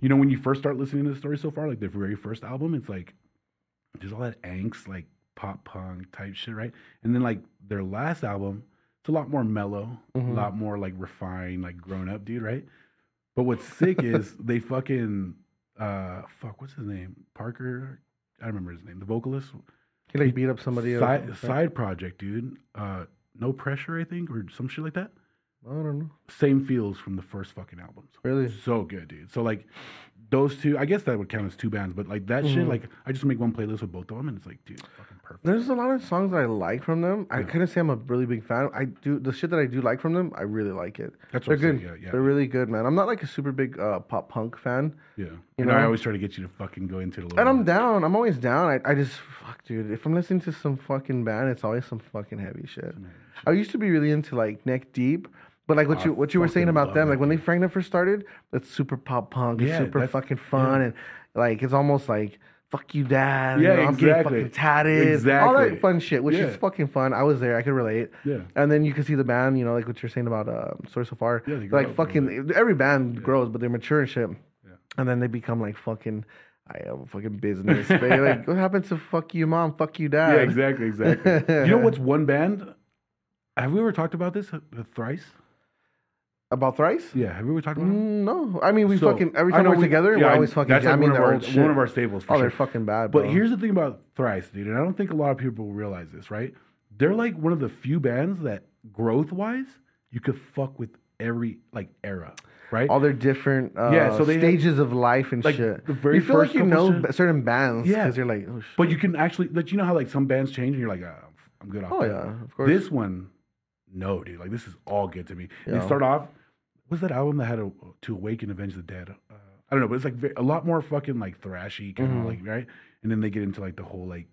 you know, when you first start listening to the story so far, like their very first album, it's like there's all that angst, like pop punk type shit, right? And then like their last album, it's a lot more mellow, Mhm. a lot more like refined, like grown up, dude, right? But what's sick is they fucking uh fuck, what's his name? Parker, I remember his name, the vocalist. he like beat up somebody. or side, something. side project, dude. Uh, no pressure, I think, or some shit like that. I don't know. Same feels from the first fucking albums. Really? So good, dude. So like those two, I guess that would count as two bands, but like that shit, Mhm. like I just make one playlist with both of them, and it's like, dude, fucking perfect. There's a lot of songs that I like from them. I couldn't say I'm a really big fan. I do the shit that I do like from them. I really like it. That's They're what I'm good. saying, yeah, yeah, They're really good, man. I'm not like a super big uh, pop punk fan, Yeah, and I know? always try to get you to fucking go into the. and I'm down. I'm always down. I, I just fuck, dude. If I'm listening to some fucking band, it's always some fucking heavy shit. I used to be really into like Neck Deep, but like what I you what you were saying fucking about love them, Neck like when they Frank first started, it's super pop punk. It's Yeah, super that's- fucking fun, and like it's almost like. Fuck you, dad. Yeah, you know, I'm exactly. getting fucking tatted. All Exactly. that fun shit, which Yeah. is fucking fun. I was there. I could relate. Yeah. And then you can see the band, you know, like what you're saying about uh, Source of Fire. Yeah, they grow like up, fucking every band grows, but they're mature and shit. Yeah. And then they become like fucking, I have a fucking business. They, like, what happened to fuck you, mom? Fuck you, dad? Yeah, exactly, exactly. you know what's one band? Have we ever talked about this? uh, Thrice? About thrice? Yeah, have we ever talked about? them? Mm, no, I mean we So, fucking every I time know we're we- together, yeah, we're always fucking. That's like I one, mean, of they're our, old shit. one of our stables. For oh, sure. they're fucking bad. But bro. here's the thing about Thrice, dude, and I don't think a lot of people realize this, right? They're like one of the few bands that growth wise, you could fuck with every like era, right? all their different uh, Yeah, so they had- stages of life and like, shit. the very you feel like first you couple know shit- b- certain bands, Yeah. because you're like, oh, shit. but you can actually that you know how like some bands change and you're like, ah, I'm good off. oh that. yeah, of course. This one, no, dude. Like this is all good to me. And Yeah. they start off. What's that album that had a, to awake and avenge the dead? Uh, I don't know, but it's like ve- a lot more fucking like thrashy kind of Mhm. like right. And then they get into like the whole like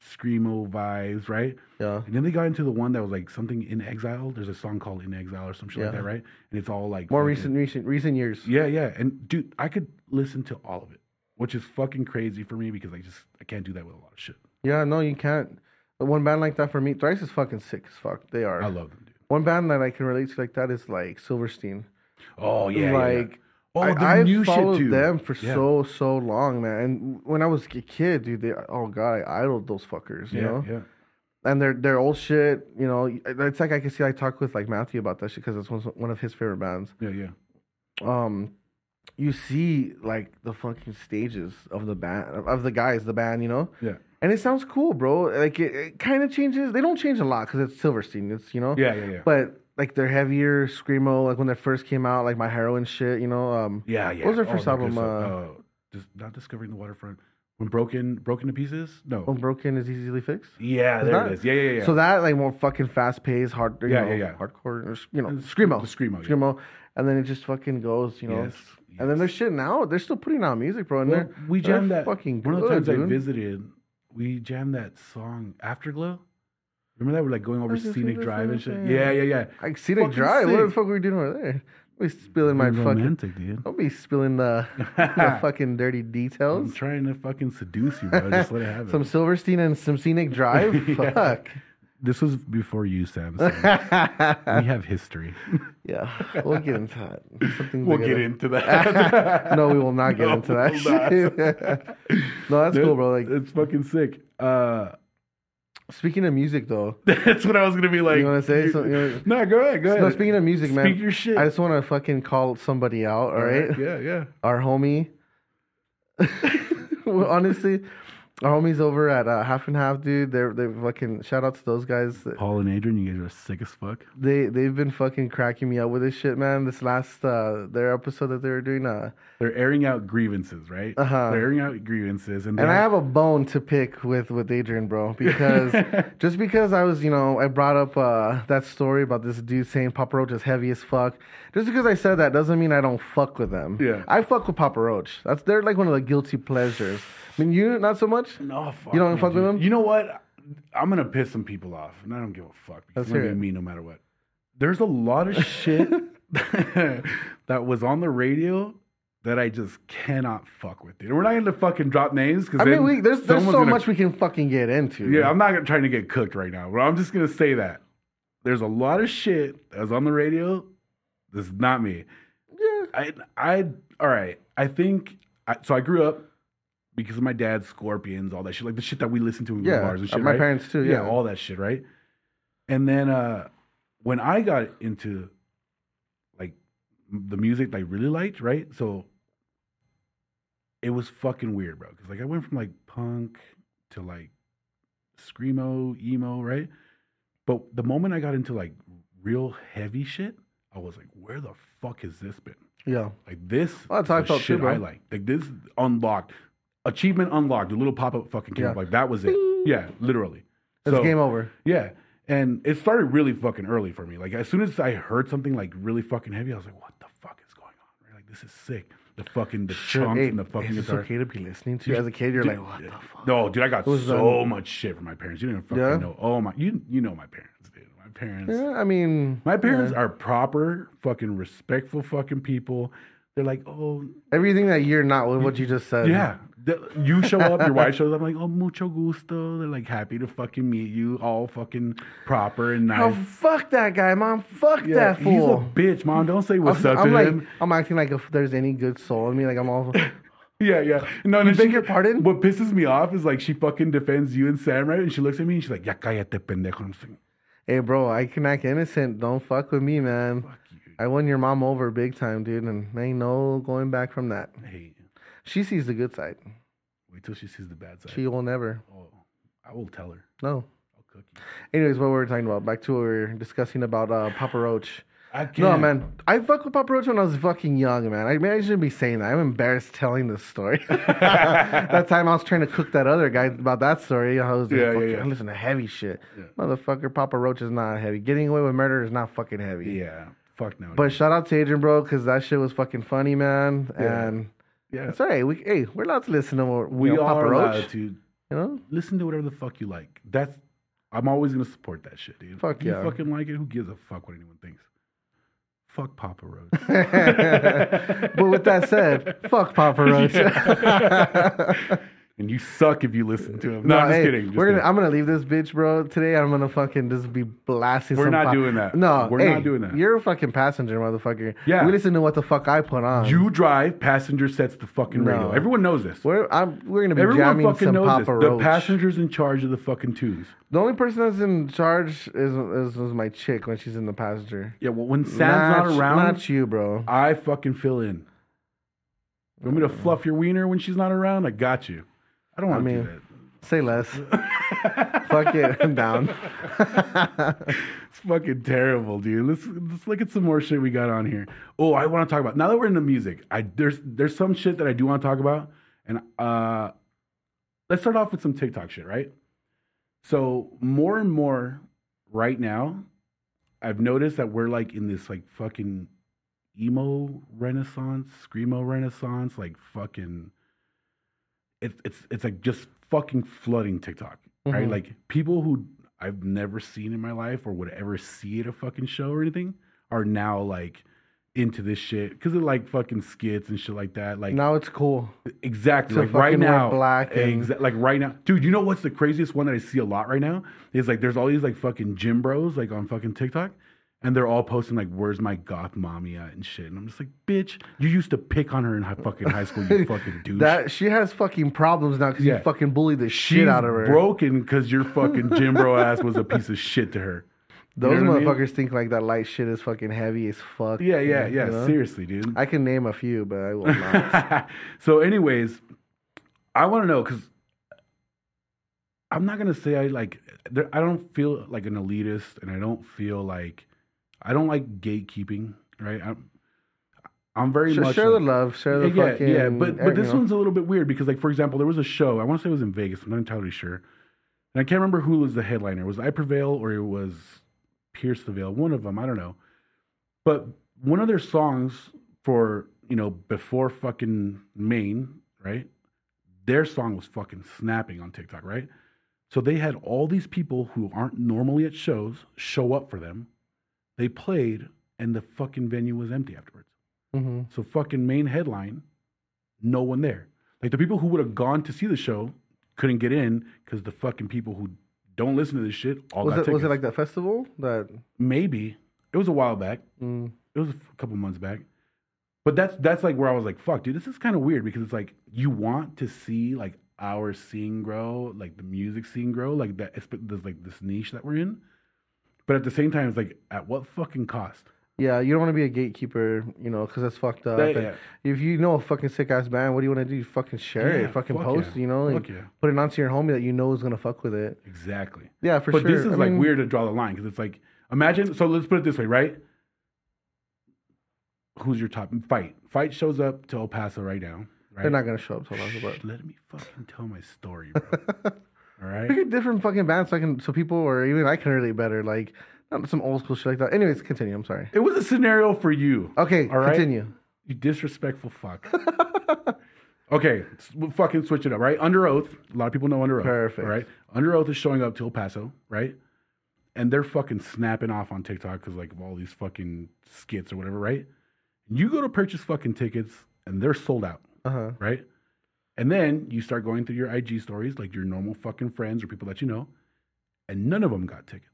screamo vibes, right? yeah, And then they got into the one that was like something in exile. There's a song called In Exile or some shit like Yeah. that, right? And it's all like more fucking- recent, recent, recent years. Yeah, yeah. And dude, I could listen to all of it, which is fucking crazy for me because I just I can't do that with a lot of shit. Yeah, no, you can't. But One band like that for me, Thrice is fucking sick as fuck. They are. I love them, dude. One band that I can relate to like that is like Silverstein. Oh yeah, yeah, yeah. like Oh, I, the I've new followed shit too. them for Yeah. so so long, man. And when I was a kid, dude, they oh god, I idoled those fuckers, you yeah, know. yeah. And they're they're old shit, you know. It's like I can see I talk with like Matthew about that shit because it's one one of his favorite bands. Yeah, yeah. Um, you see like the fucking stages of the band of the guys, the band, you know. Yeah. And it sounds cool, bro. Like it, it kind of changes. They don't change a lot because it's Silverstein. It's you know. Yeah, yeah, yeah. But like they're heavier screamo. Like when they first came out, like my heroin shit, you know. Um. yeah, yeah. was their Oh, first they're good album, stuff. Uh, dis- not discovering the waterfront. When broken, broken to pieces. No. When broken is easily fixed. yeah, Oh, is there that- it is. Yeah, yeah, yeah. So that like more fucking fast paced, hard, you Yeah, know, yeah, yeah. hardcore, or, you know, And screamo, the screamo, yeah. screamo, and then it just fucking goes, you know. Yes, And then yes. there's shit now. They're still putting out music, bro. And Well, they're we they're jammed that. fucking one of the good, times I dude. visited, we jammed that song Afterglow. Remember that we're like going over I just scenic think that's drive and shit. something. Yeah, yeah, yeah. I see the Fucking drive. What the sick. fuck were we doing over there? We spilling my You're fucking. romantic, dude. Don't be spilling the, the fucking dirty I'm details. trying to fucking seduce you, bro. Just let it happen. Some Silverstein and some Scenic Drive. Yeah. Fuck. This was before you, Sam. so we have history. yeah, we'll get into that. Something we'll to get into that. no, we will not get No, into that. we'll shit. no, that's Dude, cool, bro. Like it's fucking sick. Uh, speaking of music, though, that's what I was gonna be like. you want to say? dude- something? you wanna- No, go ahead. Go ahead. no, speaking of music, Speak man, your shit. I just want to fucking call somebody out. All right, Yeah, yeah. our homie. Well, Honestly, our homies over at uh, Half and Half, dude. They're they fucking shout out to those guys. Paul and Adrian, you guys are sick as fuck. They they've been fucking cracking me up with this shit, man. This last uh their episode that they were doing, uh, They're airing out grievances, right? Uh-huh. They're airing out grievances, and, And I have a bone to pick with with Adrian, bro, because just because I was, you know, I brought up uh, that story about this dude saying Papa Roach is heavy as fuck. Just because I said that doesn't mean I don't fuck with them. Yeah. I fuck with Papa Roach. That's they're like one of the guilty pleasures. I mean, you not so much. no, fuck You don't me, fuck with dude. them? You know what? I'm gonna piss some people off, and I don't give a fuck. Because Let's I'm gonna hear be it. mean no matter what. There's a lot of shit that was on the radio that I just cannot fuck with, dude. And we're not gonna fucking drop names because I mean, we, there's there's so gonna, much we can fucking get into. Yeah, I'm not gonna- trying to get cooked right now, but I'm just gonna say that there's a lot of shit that was on the radio. That's not me. yeah. I I all right. I think I, so. I grew up because of my dad, Scorpions, all that shit, like the shit that we listened to in Yeah, bars and uh, shit. my right? parents too, yeah. all that shit, right? And then uh when I got into like m- the music that I really liked, right? So it was fucking weird, bro. Because like I went from like punk to like screamo, emo, right? But the moment I got into like real heavy shit, I was like, where the fuck has this been? Yeah. Like this Well, that's is how I the felt too, shit bro. I like. Like this unlocked. Achievement unlocked. The little pop up fucking came Yeah. up. Like that was it. Yeah, literally. It's So, game over. yeah. And it started really fucking early for me. Like as soon as I heard something like really fucking heavy, I was like, what the fuck is going on? Right? Like this is sick. The fucking the Sure, chunks hey, and the fucking is this guitar. okay to be listening to? As a kid, you're like, what the fuck? No, dude, I got was, um, so much shit from my parents. You didn't fucking Yeah? know. Oh my you you know my parents, dude. My parents. Yeah, I mean, My parents are proper, fucking respectful fucking people. They're like, oh, everything that you're not with what you just said. yeah. The- you show up, your wife shows up, like, oh, mucho gusto. They're like happy to fucking meet you, all fucking proper and Oh, nice. fuck that guy, mom. Fuck that he's a fool. bitch, mom. Don't say what's up I'm to like, him. I'm acting like if there's any good soul in me, like I'm all. Yeah, yeah. No, you beg your pardon? What pisses me off is like she fucking defends you and Sam, right? And she looks at me and she's like, ya cállate, pendejo. I'm just like, hey, bro, I can act innocent. Don't fuck with me, man. fuck you. I won your mom over big time, dude, and ain't no going back from that. I hate you. She sees the good side. Wait till she sees the bad side. She will never. oh, I will tell her. No. I'll cook you. Anyways, what we were talking about. Back to what we were discussing about uh, Papa Roach. I can't. No, man. I fuck with Papa Roach when I was fucking young, man. I, mean, I shouldn't be saying that. I'm embarrassed telling this story. that time I was trying to cook that other guy about that story. I was like, Yeah, yeah, fuck you, yeah. I listen to heavy shit. Yeah. Motherfucker, Papa Roach is not heavy. Getting away with murder is not fucking heavy. Yeah. Fuck no. But dude. shout out to Adrian, bro, because that shit was fucking funny, man. Yeah. And yeah. it's all right. We, hey, we're allowed to listen to more, We you know, are Papa Roach. allowed to You know? listen to whatever the fuck you like. That's I'm always gonna support that shit, dude. Fuck you yeah. fucking like it. Who gives a fuck what anyone thinks? Fuck Papa Roach. but with that said, fuck Papa Roach. and you suck if you listen to him. No, No, I'm just hey, kidding. just we're gonna, kidding. I'm gonna leave this bitch, bro. Today I'm gonna fucking just be blasting. We're some not pop- doing that. No, We're hey, not doing that. You're a fucking passenger, motherfucker. Yeah. we listen to what the fuck I put on. you drive, passenger sets the fucking radio. No. Everyone knows this. We're I'm, we're gonna be Everyone jamming fucking some knows Papa this. Roach. The passenger's in charge of the fucking tunes. The only person that's in charge is is, is my chick when she's in the passenger. Yeah, well, when Sam's not, not, around, Not you, bro. I fucking fill in. You want me to fluff your wiener when she's not around? I got you. I don't Uh. I want to mean- do that. Say less. fuck it. I'm down. It's fucking terrible, dude. Let's let's look at some more shit we got on here. Oh, I want to talk about now that we're into music. I there's there's some shit that I do want to talk about, and uh, let's start off with some TikTok shit, right? So more and more right now, I've noticed that we're like in this like fucking emo renaissance, screamo renaissance, like fucking. It's it's it's like just fucking flooding TikTok, right? Mhm. Like people who I've never seen in my life or would ever see at a fucking show or anything are now like into this shit because of like fucking skits and shit like that. Like now it's cool. Exactly. To Like right fucking wear now, black and- exa- like right now, dude. You know what's the craziest one that I see a lot right now is like there's all these like fucking gym bros like on fucking TikTok, and they're all posting like "Where's my goth mommy at?" and shit. And I'm just like, bitch, you used to pick on her in high, fucking high school. You fucking douche. That she has fucking problems now because Yeah. you fucking bullied the She's shit out of her. broken because your fucking gym bro ass was a piece of shit to her. You Those know what I mean? motherfuckers think like that light shit is fucking heavy as fuck. Yeah, yeah, you yeah. know? Seriously, dude. I can name a few, but I will not. so, anyways, I want to know because I'm not gonna say I like. There, I don't feel like an elitist, and I don't feel like I don't like gatekeeping. Right? I'm I'm very Sh- much share the like- love, share the yeah, fucking. yeah, yeah. But you but this know. one's a little bit weird because, like, for example, there was a show. I want to say it was in Vegas. I'm not entirely sure, and I can't remember who was the headliner. It was I Prevail or it was Pierce the Veil? One of them. I don't know. But one of their songs for you know before fucking Maine, right? Their song was fucking snapping on TikTok, right? So they had all these people who aren't normally at shows show up for them. They played, and the fucking venue was empty afterwards. Mhm. So fucking main headline, no one there. Like the people who would have gone to see the show couldn't get in because the fucking people who don't listen to this shit all Was got it was it tickets. like that festival that? maybe it was a while back. Mm, It was a f- couple months back. But that's that's like where I was like, fuck, dude, this is kind of weird because it's like you want to see like our scene grow, like the music scene grow, like that. It's, there's like this niche that we're in. But at the same time, it's like at what fucking cost? yeah, you don't want to be a gatekeeper, you know, because that's fucked up. Yeah, And yeah. If you know a fucking sick ass band, what do you want to do? You fucking share Yeah, it, fucking fuck post, yeah. you know, Fuck and yeah. put it onto your homie that you know is gonna fuck with it. Exactly. Yeah, for but sure. this is I like mean, weird to draw the line because it's like imagine. So let's put it this way, right? who's your top fight? Fight shows up to El Paso right now. Right? They're not gonna show up till Taco Bell. Shh, let me fucking tell my story, bro. All right. Pick a different fucking band so I can so people or even I can relate better. Like not some old school shit like that. Anyways, continue. I'm sorry. It was a scenario for you. Okay, All right. continue. You disrespectful fuck. okay, s- we'll fucking switch it up, right? Under oath. A lot of people know under oath. Perfect. All right. Under oath is showing up to El Paso, right? And they're fucking snapping off on TikTok because like of all these fucking skits or whatever, right? You go to purchase fucking tickets and they're sold out, Uh huh. right? And then you start going through your IG stories, like your normal fucking friends or people that you know, and none of them got tickets.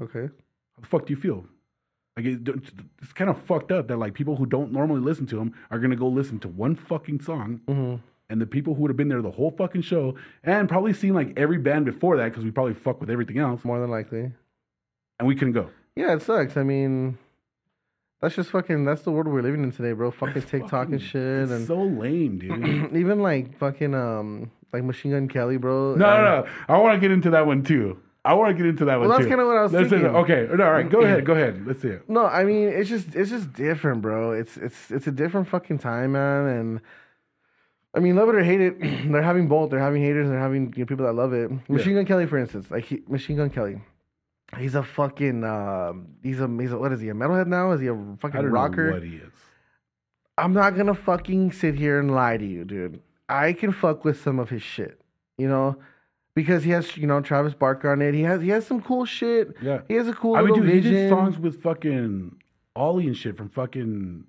Okay. How the fuck do you feel? Like it, don't- it's kind of fucked up that like people who don't normally listen to him are gonna go listen to one fucking song, Mm-hmm. and the people who would have been there the whole fucking show and probably seen like every band before that because we probably fuck with everything else, More than likely. and we couldn't go. Yeah, it sucks. I mean, that's just fucking. That's the world we're living in today, bro. Fucking It's TikTok fucking- and shit, It's and so lame, dude. no, even like fucking um like Machine Gun Kelly, bro. no, no. I want to get into that one too. I want to get into that one. that's too. kinda what I was Let's do that. thinking. Okay, no, all right. Go ahead. Go ahead. Let's see it. No, I mean it's just it's just different, bro. It's it's it's a different fucking time, man. And I mean, love it or hate it, they're having both. They're having haters. They're having you know, people that love it. Machine Gun Kelly, for instance, like he, Machine Gun Kelly, he's a fucking um he's a he's a, what is he a metalhead now? Is he a I fucking don't rocker? know what he is. I'm not gonna fucking sit here and lie to you, dude. I can fuck with some of his shit, you know, because he has you know Travis Barker on it. He has he has some cool shit. Yeah. He has a cool I mean, little dude, vision. he did songs with fucking Ollie and shit from fucking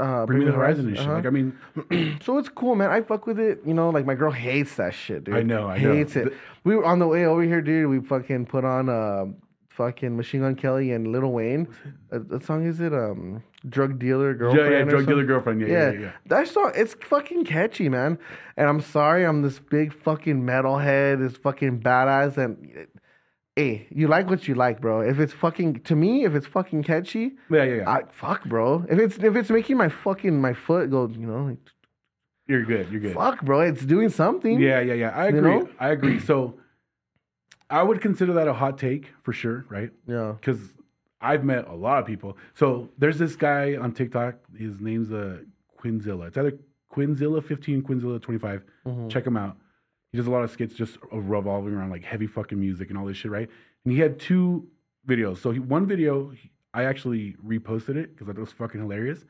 uh, Bring Me the Horizon and shit. uh-huh. Like, I mean, So it's cool, man. I fuck with it. You know, like my girl hates that shit, dude. I know, I know. hates it. Th- We were on the way over here, dude. We fucking put on uh, fucking Machine Gun Kelly and Lil Wayne. Uh, what song is it? Um, drug dealer yeah, girlfriend. yeah, or drug dealer something? girlfriend. Yeah, yeah, Yeah, yeah. yeah. that song it's fucking catchy, man. And I'm sorry, I'm this big fucking metalhead, this fucking badass, and hey, you like what you like, bro. If it's fucking to me, if it's fucking catchy, Yeah, yeah, yeah. I fuck, bro. If it's if it's making my fucking my foot go, you know, like, You're good. You're good. fuck, bro, it's doing something. Yeah, yeah, yeah. I You agree. know? I agree. So I would consider that a hot take for sure, right? yeah. Because I've met a lot of people. So there's this guy on TikTok. His name's uh, Quinzilla. It's either Quinzilla 15, Quinzilla 25. Mhm. Check him out. He does a lot of skits just revolving around like heavy fucking music and all this shit, right? And he had two videos. So he, one video, he- I actually reposted it because I thought it was fucking hilarious.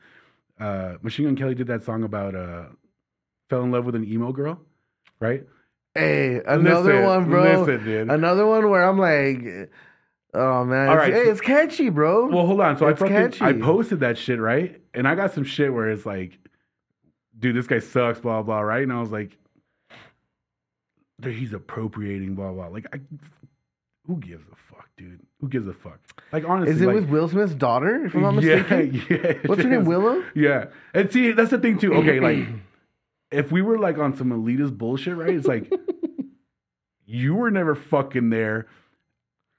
Uh, Machine Gun Kelly did that song about uh, fell in love with an emo girl, right? Hey, another Listen, one, bro. Listen, dude. Another one where I'm like, oh man, All it's, right, hey, so- it's catchy, bro. Well, hold on. So I It's fucking catchy. I posted that shit right, and I got some shit where it's like, dude, this guy sucks, blah blah, right? And I was like, dude, he's appropriating, blah blah. Like, I, who gives a fuck, dude? Who gives a fuck? Like, honestly, Is it like, with Will Smith's daughter? If I'm not yeah, mistaken. yeah. it What's her name? is. Willow. Yeah, and see, that's the thing too. Okay, like, if we were like on some elitist bullshit, right? It's like, you were never fucking there.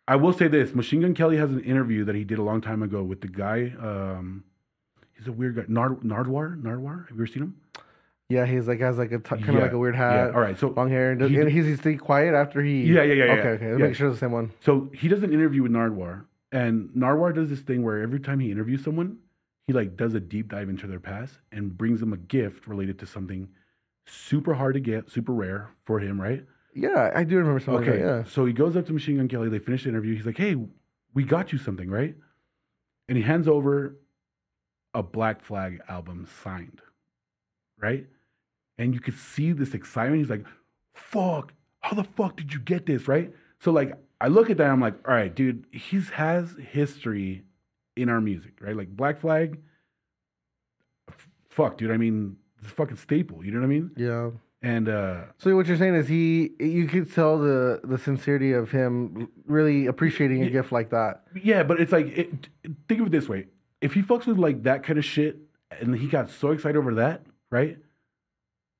I will say this: Machine Gun Kelly has an interview that he did a long time ago with the guy. Um, he's a weird guy, Nard- Nardwar. Nardwar, have you ever seen him? Yeah, he's like has like a kind of Yeah, like a weird yeah. hat, All right, so long hair, and, does, He- and he's, he's stay quiet after he. Yeah, yeah, yeah, yeah, Okay, okay. Let's yeah. Make sure it's the same one. So he does an interview with Nardwar, and Nardwar does this thing where every time he interviews someone, he like does a deep dive into their past and brings them a gift related to something super hard to get, super rare for him, right? Yeah, I do remember something. Okay. Like that, So he goes up to Machine Gun Kelly. They finish the interview. He's like, "Hey, we got you something, right?" And he hands over a Black Flag album signed, right? And you could see this excitement. He's like, "Fuck! How the fuck did you get this?" Right? So like, I look at that. I'm like, "All right, dude. He's has history in our music, right? Like Black Flag. f- Fuck, dude. I mean, it's a fucking staple. You know what I mean? yeah, yeah. And uh, So what you're saying is he, you could tell the the sincerity of him really appreciating a Yeah. gift like that. Yeah, but it's like it, think of it this way: if he fucks with like that kind of shit, and he got so excited over that, right?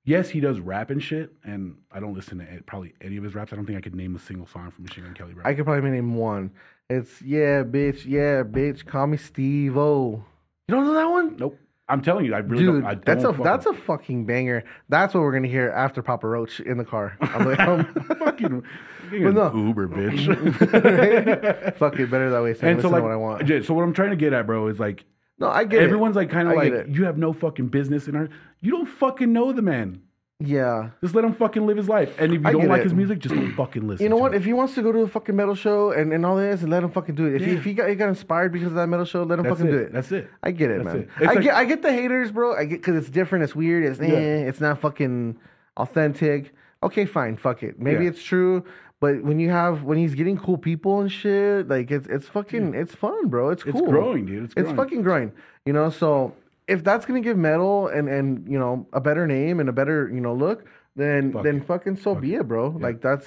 Yes, he does rap and shit, and I don't listen to it, probably any of his raps. I don't think I could name a single song from Machine Gun Kelly. Bro. I could probably name one. It's yeah, bitch, yeah, bitch. Call me Steve O. You don't know that one? nope. I'm telling you, I really Dude, don't. I don't that's a fucking, that's a fucking banger. That's what we're gonna hear after Papa Roach in the car. I'm like, um, fucking being an no. Uber Right? bitch. Fuck it, better that way. So I and can so listen like, to what I want. yeah, so what I'm trying to get at, bro, is like No, I get Everyone, Everyone's like kind I of get like, it. you have no fucking business in our. You don't fucking know the man. Yeah. Just let him fucking live his life. And if you I don't get like it. his music, just don't fucking listen. You know to what? it. If he wants to go to a fucking metal show and, and all this, and let him fucking do it. If, he, Yeah. if he, got, he got inspired because of that metal show, let him That's fucking it. do it. That's it. I get it, That's man. it. It's I like- get I get the haters, bro. I get because it's different. It's weird. It's eh, Yeah. it's not fucking authentic. Okay, fine, fuck it. Maybe Yeah. it's true, but when you have when he's getting cool people and shit, like it's it's fucking it's fun, bro. It's cool. It's growing, dude. It's, It's growing. fucking growing. You know, so if that's gonna give metal and and you know a better name and a better you know look, then Fuck then fucking so be it, bro. Like that's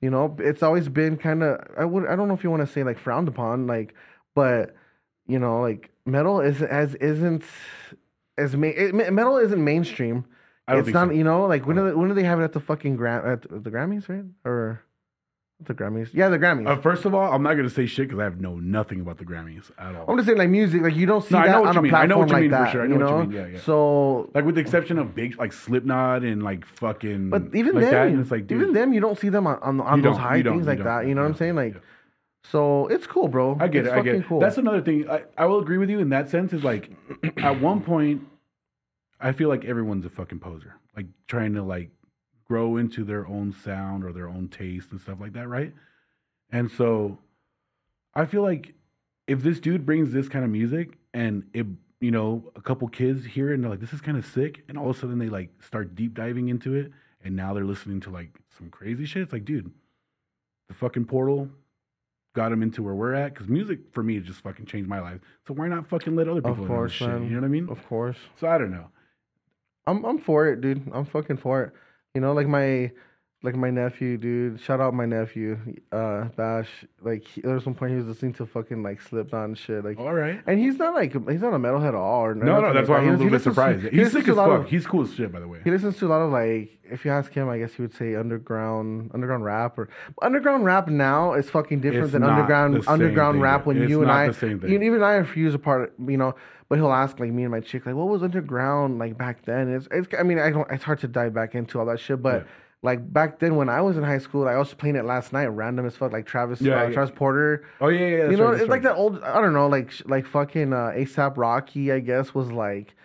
you know it's always been kind of I would I don't know if you want to say like frowned upon like, but you know like metal is as isn't as ma- it, ma- metal isn't mainstream. I don't it's think not so. you know like when do they, when do they have it at the fucking gram at the Grammys right or the Grammys? Yeah, the Grammys. Uh, first of all, I'm not gonna say shit because I have know nothing about the Grammys at all. I'm just saying, like music, like you don't see No, I that know what on you a mean. platform I know what you like mean for that. sure. I you know what you know, mean. Yeah, yeah. so like with the exception of big, like Slipknot and like fucking. but even Mm. like then, that, and it's like, dude, even them, you don't see them on on, on You those don't, high you don't, things you like don't, that. You know what I'm yeah, saying? Like, yeah. so it's cool, bro. I get it's it. I get fucking it. Cool. That's another thing. I, I will agree with you in that sense. Is like, at one point, I feel like everyone's a fucking poser, like trying to like grow into their own sound or their own taste and stuff like that, right? And so, I feel like if this dude brings this kind of music and it, you know, a couple kids hear it and they're like, this is kind of sick, and all of a sudden they like start deep diving into it, and now they're listening to like some crazy shit. It's like, dude, the fucking portal got him into where we're at because music for me just fucking changed my life. So why not fucking let other Of people in on this course, shit? man. You know what I mean? of course. So I don't know. I'm I'm for it, dude. I'm fucking for it. You know, like my like my nephew, dude. Shout out my nephew, uh, Bash. Like he, there was one point he was listening to fucking like Slipknot and shit. Like, All right. and he's not like he's not a metalhead at all. or Oh. No, nothing no, like that's why I'm that. He a little lis- he bit listens- surprised. he He's listens sick to as a lot of- fuck. He's cool as shit, by the way. He listens to a lot of like, if you ask him, I guess he would say underground, underground rap or underground rap now is fucking different It's than not the underground same underground thing. rap when It's you and not I, the same thing. you- even I refuse a part, you know. But he'll ask like me and my chick, like, what was underground like back then? It's, it's I mean, I don't, it's hard to dive back into all that shit, but. Yeah. Like back then when I was in high school, I was playing it last night, random as fuck, like Travis, Yeah, uh, yeah. Travis Porter. Oh yeah, yeah. yeah, that's you know, right, it's that's like right. that old. I don't know, like sh- like fucking uh, ASAP Rocky, I guess, was like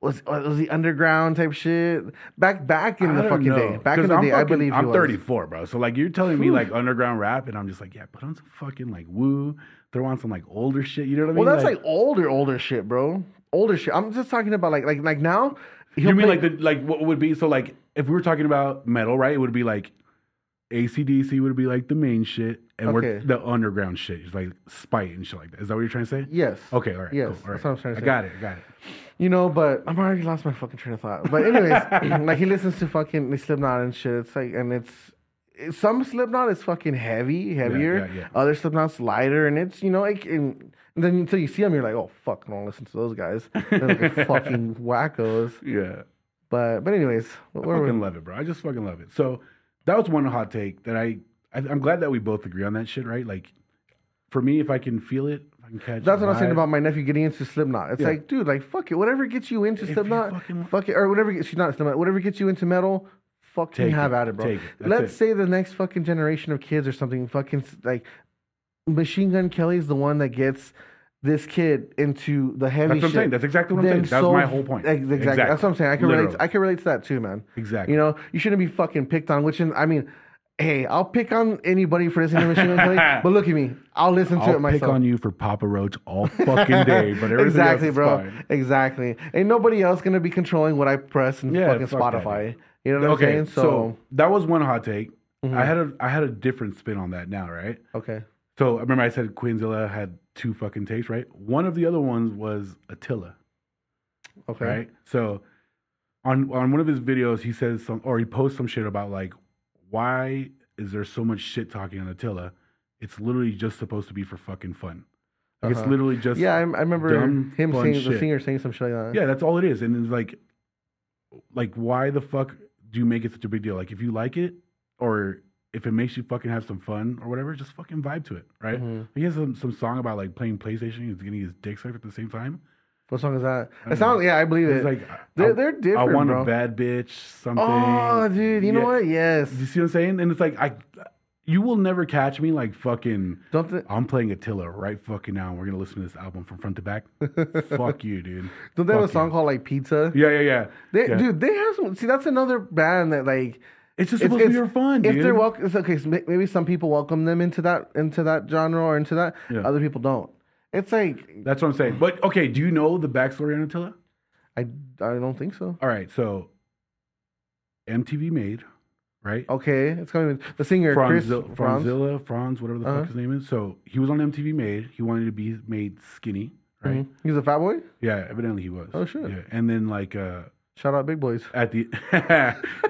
was was the underground type shit back back in I the don't fucking know, day. Back in 'cause the I'm day, I fucking- believe he I'm was. 34, bro. So like you're telling me like underground rap, and I'm just like, yeah, put on some fucking like woo, throw on some like older shit. You know what I mean? Well, that's like older older shit, bro. Older shit. I'm just talking about like like like now. he'll you mean play- like the like what would be so like if we were talking about metal, right? It would be like ACDC would be like the main shit, and we're Okay. the underground shit, is like spite and shit like that. Is that what you're trying to say? yes. Okay, all right. cool, Yes, all that's right. what I'm trying to I say. got it. I got it. You know, but I'm already lost my fucking train of thought. But anyways, like he listens to fucking Slipknot and shit. It's like, and it's it's- some Slipknot is fucking heavy, heavier. yeah, yeah. Other Slipknot's lighter, and it's you know, like, and, and then until you see them, you're like, oh fuck, I don't listen to those guys. They're like fucking wackos. Yeah. But but anyways, what I were we- fucking love it, bro. I just fucking love it. So that was one hot take that I, I I'm glad that we both agree on that shit, right? Like for me, if I can feel it, if I can catch That's the what I'm saying vibe- about my nephew getting into Slipknot. It's Yeah. like, dude, like fuck it, whatever gets you into If you Slipknot, fucking- fuck it, or whatever gets you not Slipknot, whatever gets you into metal, fucking Take have it, at it, bro. take it, that's Let's it. say the next fucking generation of kids or something, fucking s- like Machine Gun Kelly's the one that gets this kid into the heavy That's what I'm shit. saying. That's exactly what I'm Then saying. That was so- my whole point. ex- Exactly. That's what I'm saying. I can relate. Literally. I can relate to that too, man. Exactly. You know, you shouldn't be fucking picked on. Which, in, I mean, hey, I'll pick on anybody for listening to Machine Gun Kelly, but look at me, I'll listen to I'll it myself. pick on you for Papa Roach all fucking day, but everything exactly, else is bro. fine. Exactly. Ain't nobody else gonna be controlling what I press in Yeah, fucking fuck that, Spotify. You know what Okay, I'm saying? so, mm-hmm. So, Mm-hmm. that was one hot take. I had a I had a different spin on that now, right? okay. So I remember I said Quinzilla had two fucking takes, right? One of the other ones was Attila, Okay. right? So on on one of his videos, he says some or he posts some shit about like why is there so much shit talking on Attila? It's literally just supposed to be for fucking fun. Like it's Uh-huh. literally just Yeah, I, I remember Dumb, him fun saying the shit. singer saying some shit like that. Yeah, that's all it is. And it's like, like, why the fuck do you make it such a big deal? Like, if you like it, or if it makes you fucking have some fun or whatever, just fucking vibe to it, right? Mhm. He has some, some song about like playing PlayStation and getting his dick sucked at the same time. What song is that? I It don't sounds. know. Yeah, I believe It's it. like they're I, they're different, I want bro. a bad bitch, something. oh, dude, you know Yeah. what? Yes. You see what I'm saying? And it's like I, you will never catch me like fucking. Don't they, I'm playing Attila right fucking now. and We're gonna listen to this album from front to back. Fuck you, dude. don't they have a Fuck song called like Pizza? Yeah, yeah, yeah. They, Yeah. Dude, they have some. See, that's another band that like It's just If- supposed to be it's- for fun, if dude. they're welcome. It's okay. so may- Maybe some people welcome them into that into that genre or into that. Yeah. Other people don't. It's like That's what I'm saying. But okay, do you know the backstory on Attila? I I don't think so. All right, so MTV made, right? Okay, it's coming. The singer Oh, Chris Franzilla, Franz. Franzilla, Franz, whatever the Uh-huh. fuck his name is. So he was on MTV Made. He wanted to be made skinny, right? Mhm. He's a fat boy. Yeah, evidently he was. Oh, shit. Yeah, and then like uh, Shout out, big boys. at the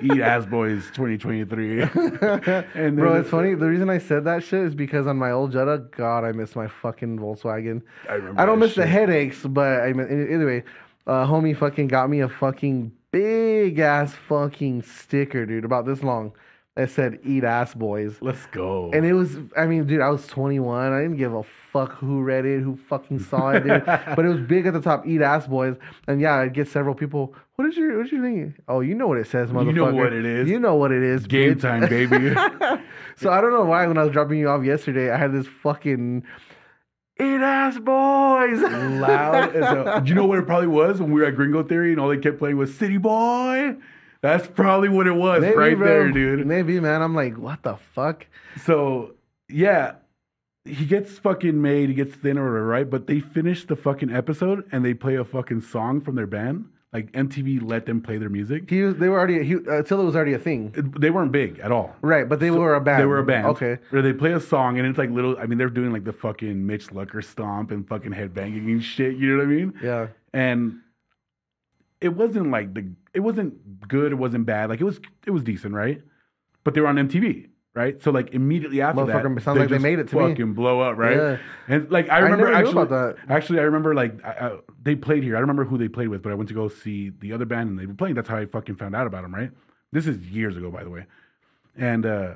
Eat Ass Boys 2023. then- Bro, it's funny. The reason I said that shit is because on my old Jetta, God, I miss my fucking Volkswagen. I, remember I don't that miss the shit. headaches, but I mean, either way, uh, homie fucking got me a fucking big ass fucking sticker, dude, about this long that said "Eat ass, boys." Let's go. And it was, I mean, dude, I was 21. I didn't give a fuck who read it, who fucking saw it, dude. but it was big at the top, eat ass boys. And yeah, I'd get several people. What is your, what's your thing? Oh, you know what it says, motherfucker. You know what it is. You know what it is. Game bitch. time, baby. so I don't know why when I was dropping you off yesterday, I had this fucking eat ass boys. Loud as a. Do you know what it probably was when we were at Gringo Theory and all they kept playing was City Boy? That's probably what it was Maybe, right bro. there, dude. Maybe, man. I'm like, what the fuck? So yeah, he gets fucking made. He gets thinner, right? But they finish the fucking episode and they play a fucking song from their band. Like MTV let them play their music. He was, they were already, he, uh, Attila was already a thing. They weren't big at all. Right, but they were a band. They were a band. Okay. Where they play a song and it's like little. I mean, they're doing like the fucking Mitch Lucker stomp and fucking headbanging and shit. You know what I mean? Yeah. And it wasn't like the. It wasn't good. It wasn't bad. Like it was. It was decent, right? But they were on MTV, right? So like immediately after that, Motherfucker, sounds like they just made it to me. fucking blow up, right? Yeah. And like I remember never knew actually, about actually I remember like I, I, they played here. I don't remember who they played with, but I went to go see the other band and they were playing. That's how I fucking found out about them, right? This is years ago, by the way. And uh,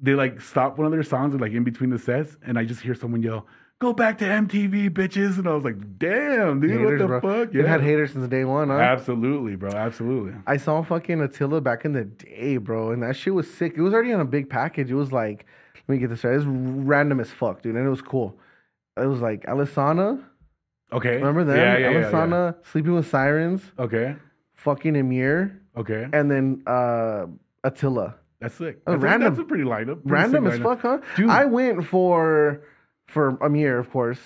they like stopped one of their songs like in between the sets, and I just hear someone yell, "Go back to MTV, bitches!" And I was like, "Damn, dude, Haters, what the bro. fuck?" They've had haters since day one, huh? absolutely, bro, absolutely. I saw fucking Attila back in the day, bro, and that shit was sick. It was already on a big package. It was like, let me get this right. It was random as fuck, dude, and it was cool. It was like Alisana, Okay, remember them? uh? Yeah, yeah, yeah, yeah. Alisana, Sleeping with Sirens, Okay, fucking Emir, okay, and then uh, Attila. that's sick. Oh, That's, a, random. that's a pretty lineup. Pretty Random sick as lineup. fuck, huh? Dude. I went for for Amir, of course,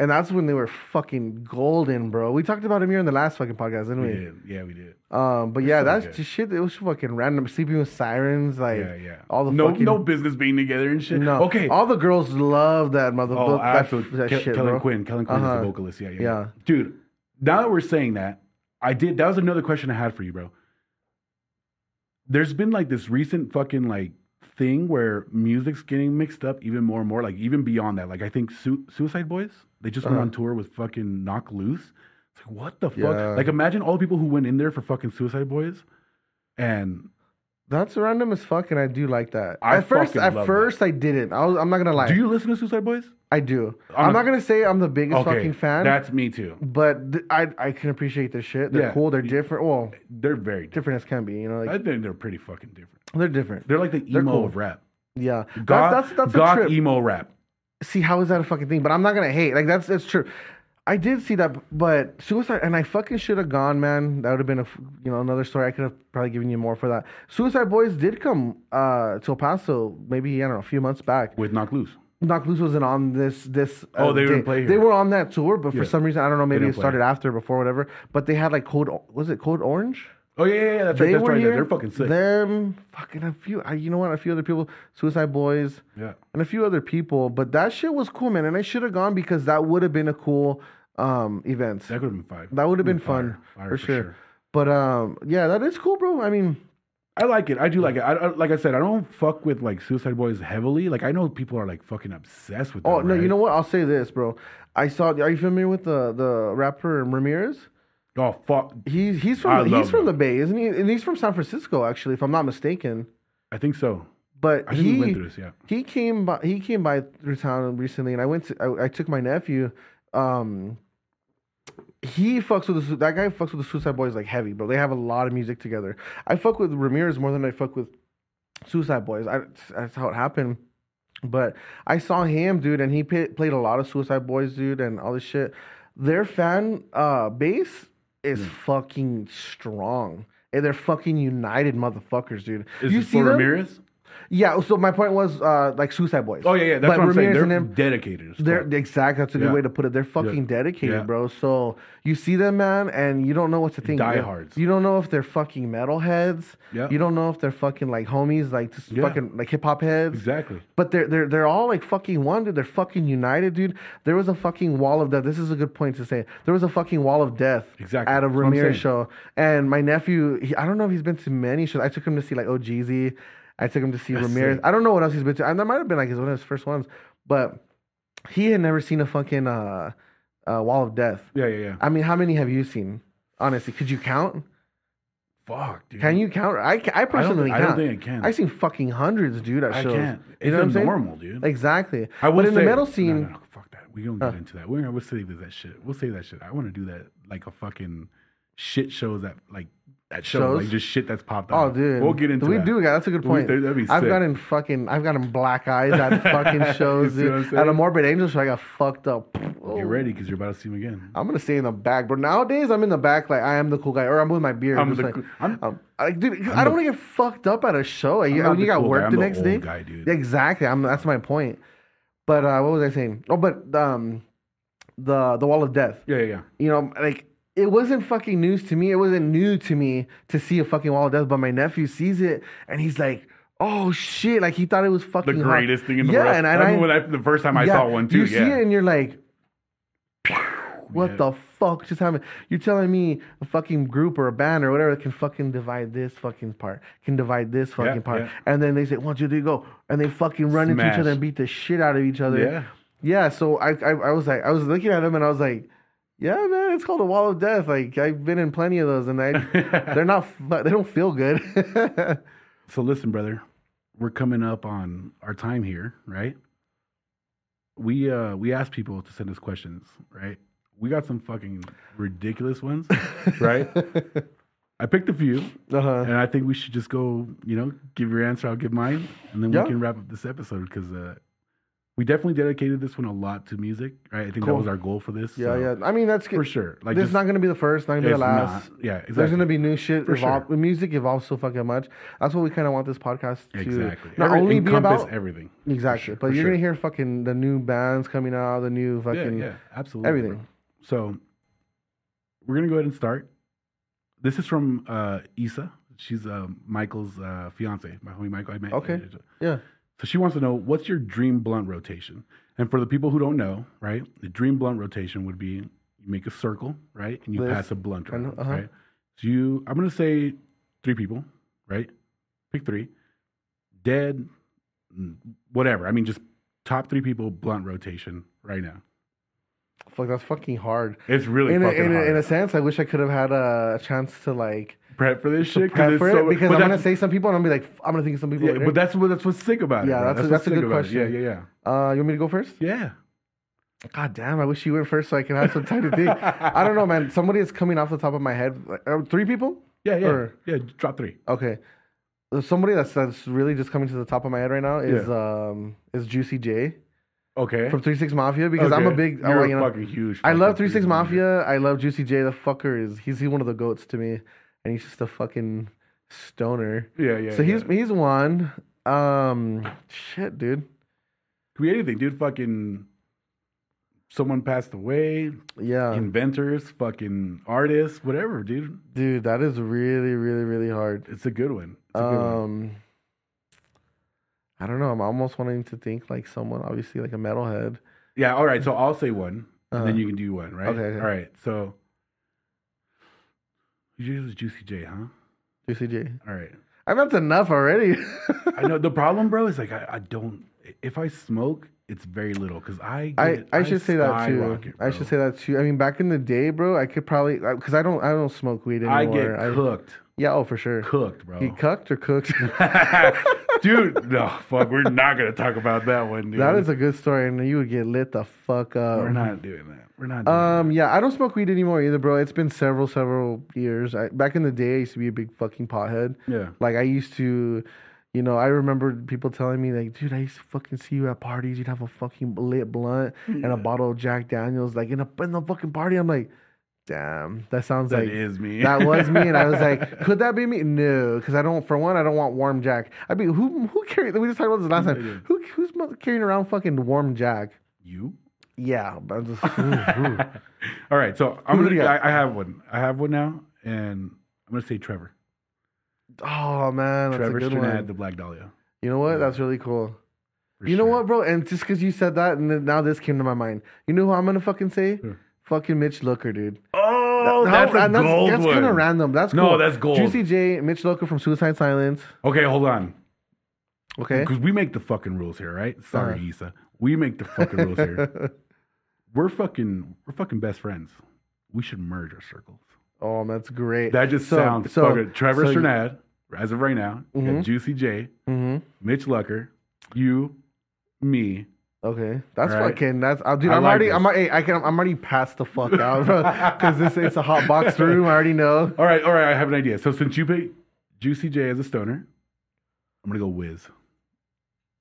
and that's when they were fucking golden, bro. We talked about Amir in the last fucking podcast, didn't We we? did, yeah, we did. Um, but yeah, so that's good. just shit. It was fucking random. Sleeping with sirens, like Yeah, yeah. all the no, fucking no business being together and shit. No. Okay. All the girls love that mother. oh, that, absolutely. that Ke- shit, Kellen bro. Quinn. Kellen Quinn is Uh-huh. the vocalist. Yeah, yeah, Yeah. Dude, now that we're saying that, I did. That was another question I had for you, bro. There's been like this recent fucking like thing where music's getting mixed up even more and more. Like even beyond that, like I think Su- Suicide Boys they just went Uh-huh. on tour with fucking Knock Loose. It's like what the fuck? Yeah. Like imagine all the people who went in there for fucking Suicide Boys, and That's random as fuck, and I do like that. I at first, fucking at love first, I didn't. I was, I'm not gonna lie. do you listen to Suicide Boys? I do. I'm I'm, a- not gonna say I'm the biggest fucking fan, That's me too. but th- I I can appreciate their shit. They're Yeah. cool. They're different. Well, They're very different. different as can be. You know, I like think they're pretty fucking different. they're different. They're like the They're emo cool. of rap. Yeah, Goth, that's that's, that's goth a trip. emo rap. see how is that a fucking thing? But I'm not gonna hate. Like that's that's true. I did see that, but suicide and I fucking should have gone, man. That would have been a f- you know another story. I could have probably given you more for that. Suicide Boys did come uh, to El Paso, maybe I don't know, a few months back. with Knock Loose. Knock Loose wasn't on this this. uh, Oh, they didn't day. play here. They were on that tour, but Yeah. for some reason I don't know. Maybe didn't it play started after, before, whatever. But they had like Code O- was it Code Orange? Oh yeah, yeah, yeah. That's right. they That's were right. here. They're fucking sick. Them fucking a few. I, you know what? A few other people. Suicide Boys yeah. and a few other people, but that shit was cool, man. And I should have gone because that would have been a cool um, event. That could have been five. That would have been Fire. fun Fire for, for sure. sure. But um, yeah, that is cool, bro. I mean, I like it. I do like it. I, I like I said, I don't fuck with like Suicide Boys heavily. Like I know people are like fucking obsessed with. oh them, no, right? you know what? I'll say this, bro. I saw. Are you familiar with the the rapper Ramirez? Oh fuck. He's he's I from the, love he's from him. the Bay, isn't he? And he's from San Francisco, actually, if I'm not mistaken. I think so. But I think he we went through this. Yeah. he came by he came by through town recently and i went to i, I took my nephew um he fucks with the, Su- that guy fucks with the suicide boys like heavy bro they have a lot of music together i fuck with ramirez more than i fuck with Suicide Boys. I, that's how it happened. But I saw him, dude, and he pa played a lot of Suicide Boys, dude, and all this shit. Their fan uh, base Hmm. is fucking strong. And they're fucking united motherfuckers, dude. Is you this see for them? Ramirez? Yeah, so my point was uh, like Suicide Boys. Oh yeah, yeah. That's But what I'm saying. Ramirez They're and them- dedicated. as They're fuck. exactly that's a good Yeah. way to put it. They're fucking dedicated, Yeah. bro. So you see them, man, and you don't know what to think. They're- Diehards. You don't know if they're fucking metalheads. Yeah. You don't know if they're fucking like homies, like just Yeah. fucking like hip hop heads. exactly. But they're they're they're all like fucking one, dude. They're fucking united, dude. There was a fucking wall of death. This is a good point to say. There was a fucking wall of death Exactly. at a That's what I'm saying. Ramirez show, and my nephew. He, I don't know if he's been to many shows. I took him to see like OGZ. I took him to see That's Ramirez. sick. I don't know what else he's been to. And that might have been like his one of his first ones, but he had never seen a fucking uh, uh, wall of death. Yeah, yeah, yeah. I mean, how many have you seen? Honestly, could you count? Fuck, dude. Can you count? I, ca- Mm-hmm. I I don't, personally thi- I don't can't. think I can. I've seen fucking hundreds, dude. At I shows. can't. It's You know what I'm saying? abnormal, dude. Exactly. I will but in the say- metal no, scene, Uh. no, no, fuck that. We don't get into that. We're we'll save that shit. We'll save that shit. I want to do that like a fucking shit shows that like that shows, Shows? like just shit that's popped oh out. dude, we'll get into We that. do. Yeah, that's a good We- point. that'd be I've sick. gotten fucking, I've gotten black eyes at fucking shows, You see what I'm dude. saying? At a Morbid Angel show, I got fucked up. Oh, Get ready because you're about to see him again. I'm gonna stay in the back, bro. Nowadays, I'm in the back like I am the cool guy, or I'm with my beard. I'm just the like, cool- I'm- I'm- like, dude, I don't want to get fucked up at a show. You, not when you the got cool guy, work I'm the the next old day. guy, dude. Exactly. I'm. That's my point. But uh, what was I saying? Oh, but um, the the wall of death. Yeah, yeah, yeah. you know, like it wasn't fucking news to me. It wasn't new to me to see a fucking wall of death, but my nephew sees it and he's like, "Oh shit!" Like he thought it was The fucking hot. greatest thing in the yeah, world. And, I and I, remember when I, the first time I yeah, saw one too. You yeah. see it and you're like, "What Yeah. the fuck just happened?" You're telling me a fucking group or a band or whatever can fucking divide this fucking part, can divide this fucking part, yeah. and then they say one, two, three, go, and they fucking run into each Smash. other and beat the shit out of each other. Yeah. Yeah, so I, I I was like I was looking at him and I was like, yeah, man, it's called a wall of death. Like I've been in plenty of those, and I they're not f- but they don't feel good. Uh-huh. So listen, brother, we're coming up on our time here, right? We uh we asked people to send us questions, right? We got some fucking ridiculous ones, right? I picked a few, uh-huh. and I think we should just go, you know, give your answer. I'll give mine, and then Yeah. we can wrap up this episode because uh, we definitely dedicated this one a lot to music, right? I think that Cool. was our goal for this. Yeah, so yeah. I mean that's for good. sure. Like, this just, is not gonna be the first, not gonna be the it's not- last. yeah, exactly. There's gonna be new shit. For Evol- Music evolves so fucking much. That's what we kind of want this podcast to exactly. not Every- only be encompass about everything. exactly, sure, but for you're sure. gonna hear fucking the new bands coming out, the new Yeah, fucking yeah, absolutely. everything. bro. So we're gonna go ahead and start. This is from uh, Issa. She's uh, Michael's uh, fiance, my homie Michael. I met. Okay. yeah. So she wants to know what's your dream blunt rotation? And for the people who don't know, right, the dream blunt rotation would be you make a circle, right, and you This, pass a blunt I know, around, uh-huh. right? So you, I'm gonna say three people, right? Pick three, dead, mm, whatever. I mean, just top three people blunt rotation right now. Fuck, that's fucking hard. It's really in a, fucking in, a, hard. in a sense, I wish I could have had a, chance to like prep for this to shit prep it's for it so- because but I'm gonna that's- say some people and I'm gonna be like, "F- I'm gonna think of some people. yeah, later. but that's what that's what's sick about it. Yeah, bro. that's a- what's that's a sick good about it. question. Yeah, yeah, uh, you want me to go first? yeah, yeah. God damn, I wish you went first so I can have some time to think. I don't know, man. Somebody is coming off the top of my head. Like, uh, three people? Yeah, yeah, Or- yeah. Drop three. Okay. Uh, Somebody that's that's really just coming to the top of my head right now is um is Juicy J Okay. from Three Six Mafia because I'm a Okay. big I You're like, a you know, fucking huge. I love fucking Three Six dude. Mafia. I love Juicy J. The fucker is he's he's one of the goats to me, and he's just a fucking stoner. Yeah, yeah. so yeah. he's he's one. Um, shit, dude. could be anything, dude. Fucking someone passed away. Yeah, inventors, fucking artists, whatever, dude. dude, that is really, really, really hard. It's a good one. It's a good one. Um, I don't know. I'm almost wanting to think like someone, obviously, like a metalhead. Yeah. All right. So I'll say one, and Uh-huh. then you can do one, right? Okay, okay. All right. So. You was Juicy J, huh? Juicy J. All right. I mean, that's enough already. I know the problem, bro, is like I, I don't. If I smoke, it's very little because I, I, get- I should say that too. skyrocket, I bro. should say that too. I mean, back in the day, bro, I could probably because I don't I don't smoke weed anymore. I get I- cooked, yeah, oh for sure. cooked, bro. He cucked or cooked. dude, no, fuck, we're not gonna talk about that one, dude. that is a good story, and you would get lit the fuck up. we're not doing that. We're not. Doing Um, yeah, I don't smoke weed anymore either, bro. It's been several, several years. I, back in the day, I used to be a big fucking pothead. that. yeah. Like I used to, You know, I remember people telling me like, dude, I used to fucking see you at parties. You'd have a fucking lit blunt and a bottle of Jack Daniels, like in a in the fucking party. I'm like, damn, that sounds That like is me. that was me, and I was like, could that be me? No, because I don't. For one, I don't want warm Jack. I mean, who who carried? We just talked about this last I did. time. Who who's mo- carrying around fucking warm Jack? you. Yeah, but I'm just. All right, so I'm Mm-hmm. Who do gonna. you got? I, I have one. I have one now, and I'm gonna say Trevor. Oh man, that's Trevor a good Shinad, one. the Black Dahlia. You know what? That's really cool. you know what, bro? And just because you said that, and then now this came to my mind. You know who I'm gonna fucking say? Who? Fucking Mitch Looker, dude. Oh, How- that's a and that's, gold that's one. kind of random. That's No, cool. that's gold. Juicy J, Mitch Looker from Suicide Silence. Okay, hold on. Okay. Because we make the fucking rules here, right? Sorry, Uh-huh. Issa. We make the fucking rules here. We're fucking we're fucking best friends. We should merge our circles. oh, that's great. That just So- sounds so- fucking Trevor so you- Sernad, as of right now, you got Mhm. Juicy J, Mhm. Mitch Lucker, you, me. Okay, that's All right. fucking. That's uh, dude. I I'm like already. this. I'm. al- Hey, I can. I'm already passed the fuck out, bro. Because this it's a hot box room. I already know. All right, all right, I have an idea. So since you picked Juicy J as a stoner, I'm gonna go Wiz.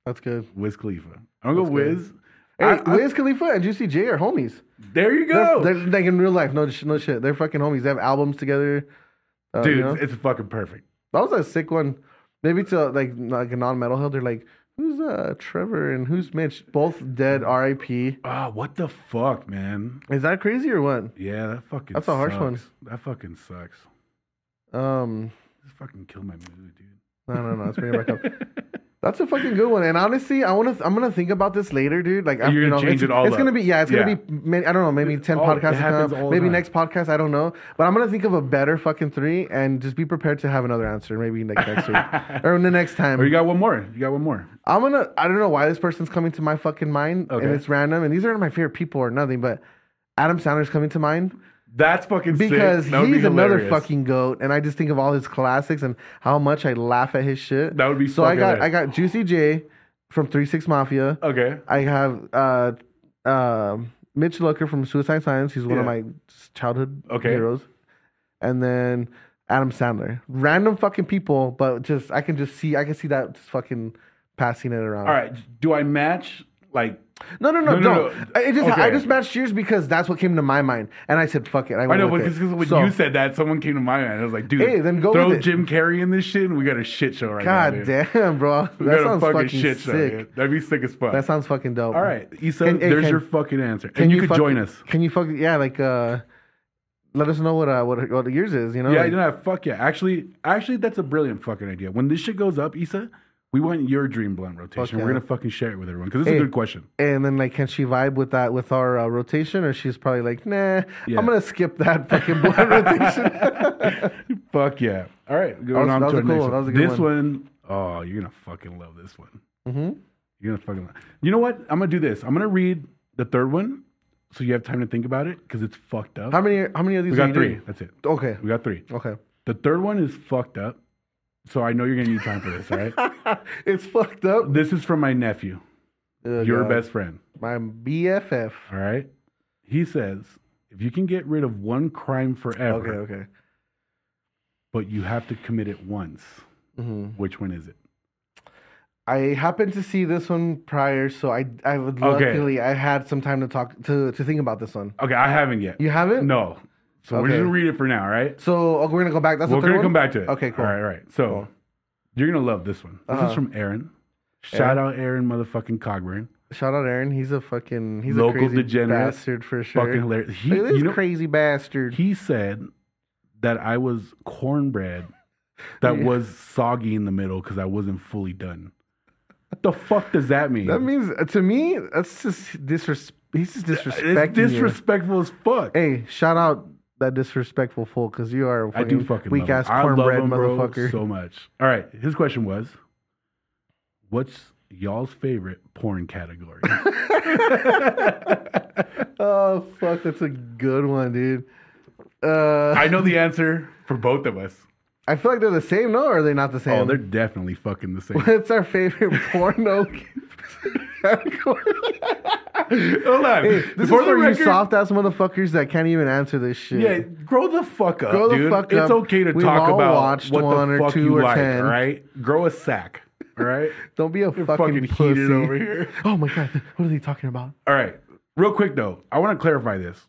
That's good. Wiz Khalifa. I'm gonna That's go good. Wiz. Hey, I- I- Wiz Khalifa and Juicy J are homies. there you They're- go. They're, like in real life. No, sh- no shit. They're fucking homies. They have albums together. Uh, Dude, you know? it's fucking perfect. that was a sick one. Maybe to like like a non-metal head. They're like, who's uh Trevor and who's Mitch? Both dead. R.I.P. Ah, what the fuck, man? Is that crazy or what? Yeah, that fucking That's a harsh one. sucks. That fucking sucks. Um, This fucking killed my mood, dude. no, no, no. Let's bring it back up. That's a fucking good one. And honestly, I want to. I'm gonna think about this later, dude. Like, after, You're you gonna know, change it's, it all It's gonna up. be yeah. It's Yeah. Oh, gonna be. May, I don't know. Maybe It- ten all- it podcasts. to happens come, all the maybe time. next podcast. I don't know. But I'm gonna think of a better fucking three, and just be prepared to have another answer. Maybe like next week or the next time. or Oh, you got one more. You got one more. I'm gonna. I don't know why this person's coming to my fucking mind, Okay. and it's random. And these aren't my favorite people or nothing, but Adam Sandler's coming to mind That's fucking sick. because That would be he's another hilarious. fucking goat, and I just think of all his classics and how much I laugh at his shit. That would be so. I fucking got lit. I got Juicy J from Three Six Mafia. Okay. I have uh, uh, Mitch Lucker from Suicide Science. He's one of Yeah. my childhood Okay. heroes. And then Adam Sandler. Random fucking people, but just I can just see I can see that just fucking passing it around. All right. Do I match? Like, No, no, No, no, no, no. no. I- It just Okay. I just matched yours because that's what came to my mind, and I said fuck it. I, I went know, with because it. 'cause when So, you said that, someone came to my mind. I was like, dude, Hey, then go throw with it. Jim Carrey in this shit, and we got a shit show right now. God dude. damn, bro, We that got a sounds fucking, fucking, shit show. sick. dude. That'd be sick as fuck. That sounds fucking dope. All right, Issa, Can- hey, there's can- your fucking answer, and you, could fucking- join us. Can you fucking yeah, like uh, let us know what uh what, what yours is. You know, Yeah, like, you know, what? fuck yeah. Actually, actually, that's a brilliant fucking idea. When this shit goes up, Issa, we want your dream blunt rotation. yeah. We're gonna fucking share it with everyone because it's Hey. a good question. and then like can she vibe with that with our uh, rotation or she's probably like nah Yeah. i'm gonna skip that fucking blood rotation Fuck yeah! All right, going was- on that was to our a cool next one. That was a one. good This one, oh, you're gonna fucking love this one. hmm You're gonna fucking. Love. You know what? I'm gonna do this. I'm gonna read the third one, so you have time to think about it because it's fucked up. how many how many of these we are you got three. doing? That's it. okay We got three. okay The third one is fucked up, so I know you're gonna need time for this. All right. it's fucked up this is from my nephew, Oh, your God. best friend. my bff All right. He says, if you can get rid of one crime forever, okay okay but you have to commit it once, hmm which one is it? i happened to see this one prior so i i would Okay. luckily i had some time to talk to to think about this one Okay, I haven't yet. you haven't No. So we're Okay. just gonna read it for now, all right? so oh, we're gonna go back that's we're the third gonna one? come back to it. okay cool All right, all right. So Cool. you're gonna love this one. This Uh-huh. is from Aaron. Shout out Aaron motherfucking Cogburn. shout out aaron he's a fucking he's Local a crazy degenerate. bastard for sure Fucking hilarious. He, Look at this you know, crazy bastard. he said that I was cornbread that Yeah. was soggy in the middle because I wasn't fully done. What the fuck does that mean? That means uh, to me, that's just disres. He's just disrespecting It's disrespectful as fuck. you. Hey, shout out that disrespectful fool because you are a I do fucking weak love ass him. I love cornbread him, bro, motherfucker. so much. All right, his question was, "What's y'all's favorite porn category?" oh fuck, that's a good one, dude. Uh, I know the answer for both of us. I feel like they're the same. No, or are they not the Oh, same? they're definitely fucking the same. What's our favorite porno category? Hold on. Hey, this For the is for record- you soft ass motherfuckers that can't even answer this shit. Yeah, grow the fuck up, Grow the dude. fuck it's up. okay to We've talk all about watched what one the or fuck two you or like, ten. all right? Grow a sack. All right. Don't be a You're fucking, fucking, pussy. heated over here. Oh my god, what are they talking about? All right. Real quick though, I want to clarify this.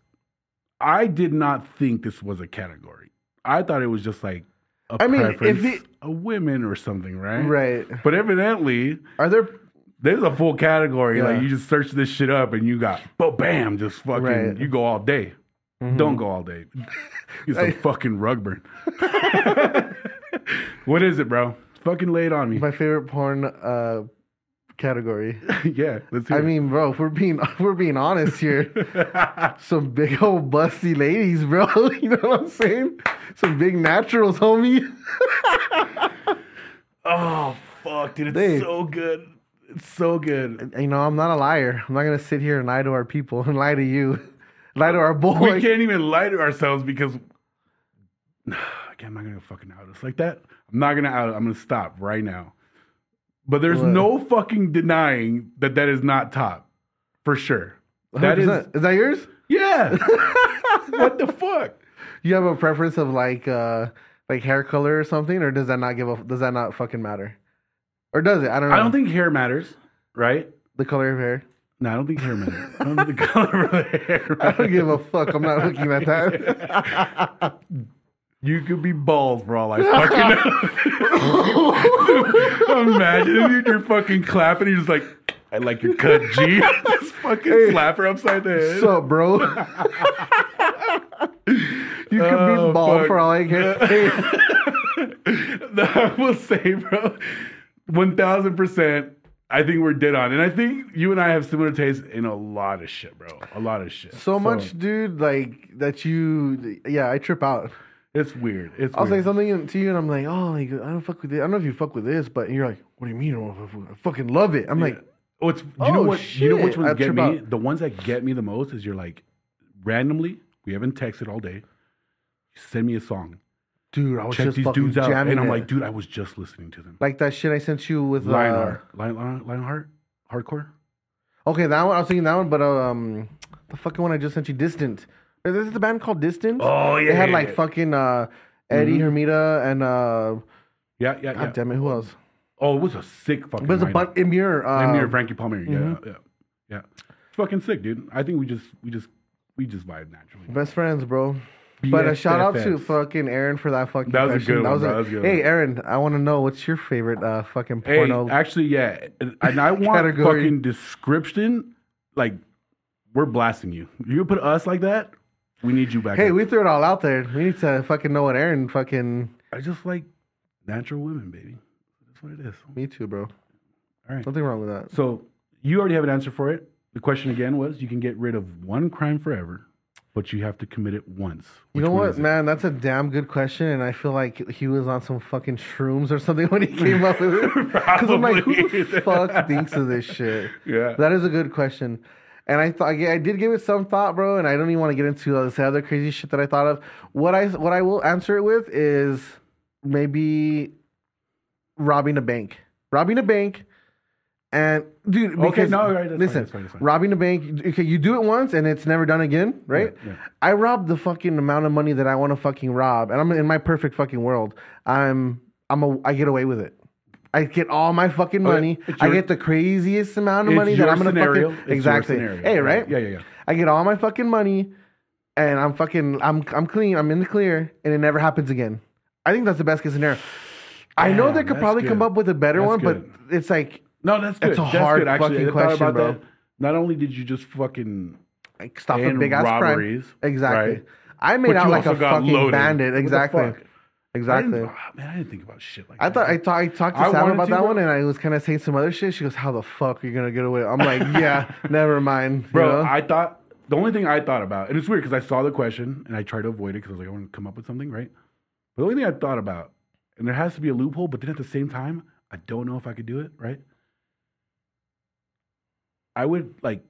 I did not think this was a category. I thought it was just like a I mean, if preference it- of women or something, right? Right. But evidently, Are there there's a full category. Yeah. Like you just search this shit up and you got, but bam, just fucking, Right. you go all day. Don't go all day. It's a I- fucking rug burn. what is it, bro? Fucking lay it on me. my favorite porn uh category? yeah, let's hear I it. mean, bro, if we're being if we're being honest here. Some big old busty ladies, bro. You know what I'm saying? Some big naturals, homie. oh fuck, dude, it's Dude. so good. It's so good. You know, I'm not a liar. I'm not gonna sit here and lie to our people and lie to you, lie to our boy. we can't even lie to ourselves because Okay, I'm not gonna fucking out us like that. I'm not gonna out. I'm gonna stop right now. But there's What? no fucking denying that that is not top for sure. That is, 100%. is that yours? yeah. what the fuck? You have a preference of like uh like hair color or something, or does that not give a does that not fucking matter? Or does it? I don't know. I don't think hair matters, right? the color of hair. No, I don't think hair matters. I don't think the color of the hair. I don't matters. give a fuck. I'm not looking at that. You could be bald for all I fucking know. Imagine if you're fucking clapping. You're just like, I like your cut, G. just fucking slap her upside the head. What's up, bro? you could Oh, be bald fuck. for all I care. I will say, bro, one thousand percent. I think we're dead on, and I think you and I have similar tastes in a lot of shit, bro. A lot of shit. so much, dude. Like that you. Yeah, I trip out. It's weird. It's I was weird. like something to you, and I'm like, oh, like I don't fuck with it. I don't know if you fuck with this, but you're like, what do you mean? I don't fuck with- I fucking love it. I'm like, Oh, it's you know Oh, what you know which shit. ones I get trip me? out. The ones that get me the most is you're like randomly, we haven't texted all day. You send me a song. dude, I was Check just these fucking dudes out. jamming And I'm it. like, dude, I was just listening to them. like that shit I sent you with uh, Lionheart. Lion, Lion, Lionheart? Hardcore? Okay, that one. I was thinking that one, but um, the fucking one I just sent you, Distant. This is the band called Distant. Oh yeah. They had like fucking uh, Eddie Hermita and uh, Yeah, yeah, God yeah. damn it, who else? Oh, it was a sick fucking But it was a mm-hmm. lineup. bunch. Emir. Uh, And near Frankie Palmer. Yeah, yeah. Yeah. It's fucking sick, dude. I think we just we just we just vibe naturally. Best friends, bro. But a shout out to BFFs. fucking Aaron for that fucking. That was a question. good one, bro. That was a good Hey, one. Aaron, I want to know what's your favorite uh, fucking Hey, porno? actually, yeah, and I want Category. fucking description. Like, we're blasting you. You put us like that, we need you back. hey, up. we threw it all out there. We need to fucking know what Aaron fucking. I just like natural women, baby. That's what it is. Me too, bro. All right. Nothing wrong with that. So you already have an answer for it. The question again was: you can get rid of one crime forever, but you have to commit it once. You Which know one what, is it? man? That's a damn good question, and I feel like he was on some fucking shrooms or something when he came up with it. Because I'm like, who the Probably. fuck thinks of this shit? Yeah. that is a good question. And I thought I did give it some thought, bro. And I don't even want to get into all this other crazy shit that I thought of. What I what I will answer it with is maybe robbing a bank, robbing a bank, and dude. Okay, Because, no, all right, that's fine, listen, that's fine, that's fine. robbing a bank. Okay, you do it once and it's never done again, right? Yeah, yeah. I robbed the fucking amount of money that I want to fucking rob, and I'm in my perfect fucking world. I'm I'm a I get away with it. I get all my fucking Oh, money. it's I your- get the craziest amount of It's money that your I'm gonna scenario. fucking It's your exactly. scenario. Hey, right? Yeah, yeah, yeah. I get all my fucking money, and I'm fucking I'm I'm clean. I'm in the clear, and it never happens again. I think that's the best case scenario. I know Damn, they could that's probably come good. up with a better That's one, good. but it's like No, that's good. That's a that's hard good, actually. fucking I thought question, about bro. that. Not only did you just fucking like stop the And big ass crime. robberies, Exactly. right? I made But out you like also a got fucking loaded. What bandit. the Exactly. fuck? I Exactly. didn't- ah, man, I didn't think about shit like I that. thought I thought I talked to I Sam wanted about to, that bro. one, and I was kind of saying some other shit. She goes, "How the fuck are you gonna get away?" I'm like, "Yeah, never mind, you bro. know? I thought the only thing I thought about, and it's weird because I saw the question and I tried to avoid it because I was like, I want to come up with something, right? But the only thing I thought about, and there has to be a loophole, but then at the same time, I don't know if I could do it, right? I would like,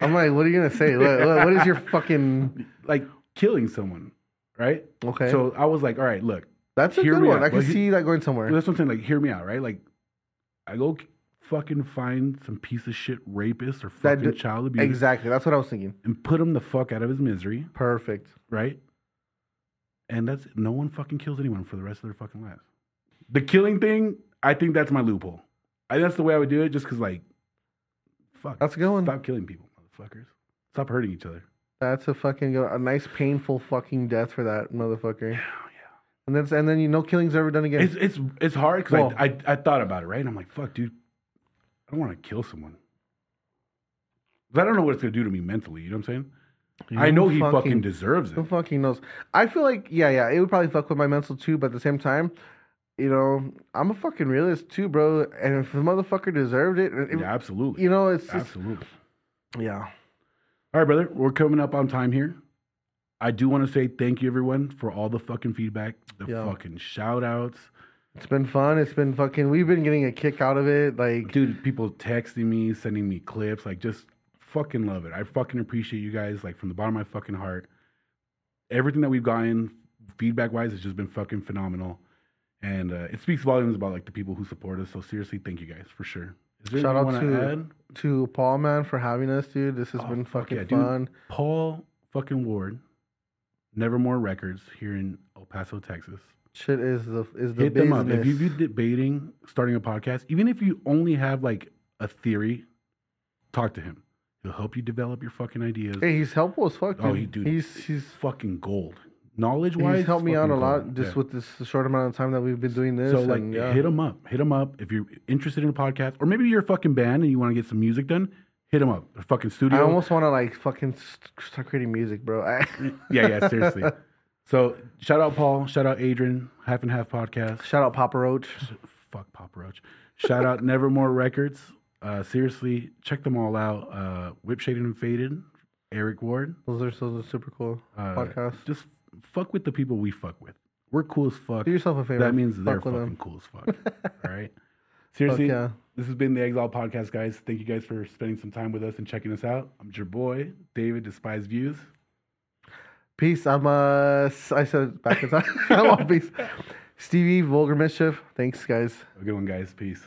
I'm like, "What are you gonna say? What, what, what is your fucking like killing someone, right? okay?" So I was like, all right, look, that's a hear good me one. out. I can Well, he- see that going somewhere. that's what I'm saying. Like, hear me out, right? Like, I go k- fucking find some piece of shit rapist or That fucking d- child abuser Exactly. That's what I was thinking. and put him the fuck out of his misery. Perfect. right? And that's no one fucking kills anyone for the rest of their fucking lives. The killing thing, I think that's my loophole. I, that's the way I would do it, just because like, fuck. That's a good one. Stop killing people, motherfuckers. Stop hurting each other. That's a fucking go- a nice painful fucking death for that motherfucker. Yeah, And that's and then you no killings ever done yeah. again. It's it's it's hard because Well- I, I I thought about it right, and I'm like, fuck, dude, I don't want to kill someone. 'Cause I don't know what it's gonna do to me mentally. You know what I'm saying? I Who know he fucking deserves it. Who fucking knows? I feel like yeah, yeah. It would probably fuck with my mental too, but at the same time, you know, I'm a fucking realist too, bro. And if the motherfucker deserved it, it- Yeah, absolutely, you know, it's just absolutely. yeah. All right, brother, we're coming up on time here. I do want to say thank you, everyone, for all the fucking feedback, the Yeah. fucking shout outs. It's been fun. It's been fucking. We've been getting a kick out of it. Like Dude, people texting me, sending me clips, like just fucking love it. I fucking appreciate you guys, like from the bottom of my fucking heart. Everything that we've gotten, feedback wise, has just been fucking phenomenal. And uh, it speaks volumes about like the people who support us. So seriously, thank you guys for sure. Is there Shout anything out you want to- to add? to Paul man for having us, dude. This has Oh, been fuck fucking yeah, dude. fun. Paul fucking Ward, Nevermore Records here in El Paso, Texas. Shit is the is the hit business. them up if you're debating starting a podcast even if you only have like a theory talk to him he'll help you develop your fucking ideas Hey, he's helpful as fuck. Dude. Oh, he- dude. He's he's fucking gold knowledge wise he's helped me out a lot just with this short amount of time that we've been doing this. so like and, yeah. hit him up hit him up if you're interested in a podcast or maybe you're a fucking band and you want to get some music done hit him up a fucking I studio almost want to like fucking st- start creating music, bro. I- yeah yeah seriously so shout out paul shout out adrian half and half podcast Shout out Papa Roach. fuck Pop Roach. Shout out Nevermore Records. Uh, seriously, check them all out. Uh, Whip Shaded and Faded, Eric Ward. Those are those are super cool Uh, podcasts. Just fuck with the people we fuck with. We're cool as fuck. Do yourself a favor. That means Fuck they're with fucking them. cool as fuck. all right. Seriously, yeah. this has been the Exile Podcast, guys. Thank you guys for spending some time with us and checking us out. I'm your boy, David Despise Views. Peace. I'm uh s- I said it back in time. I want peace. Stevie Vulgar Mischief. Thanks, guys. Have a good one, guys. Peace.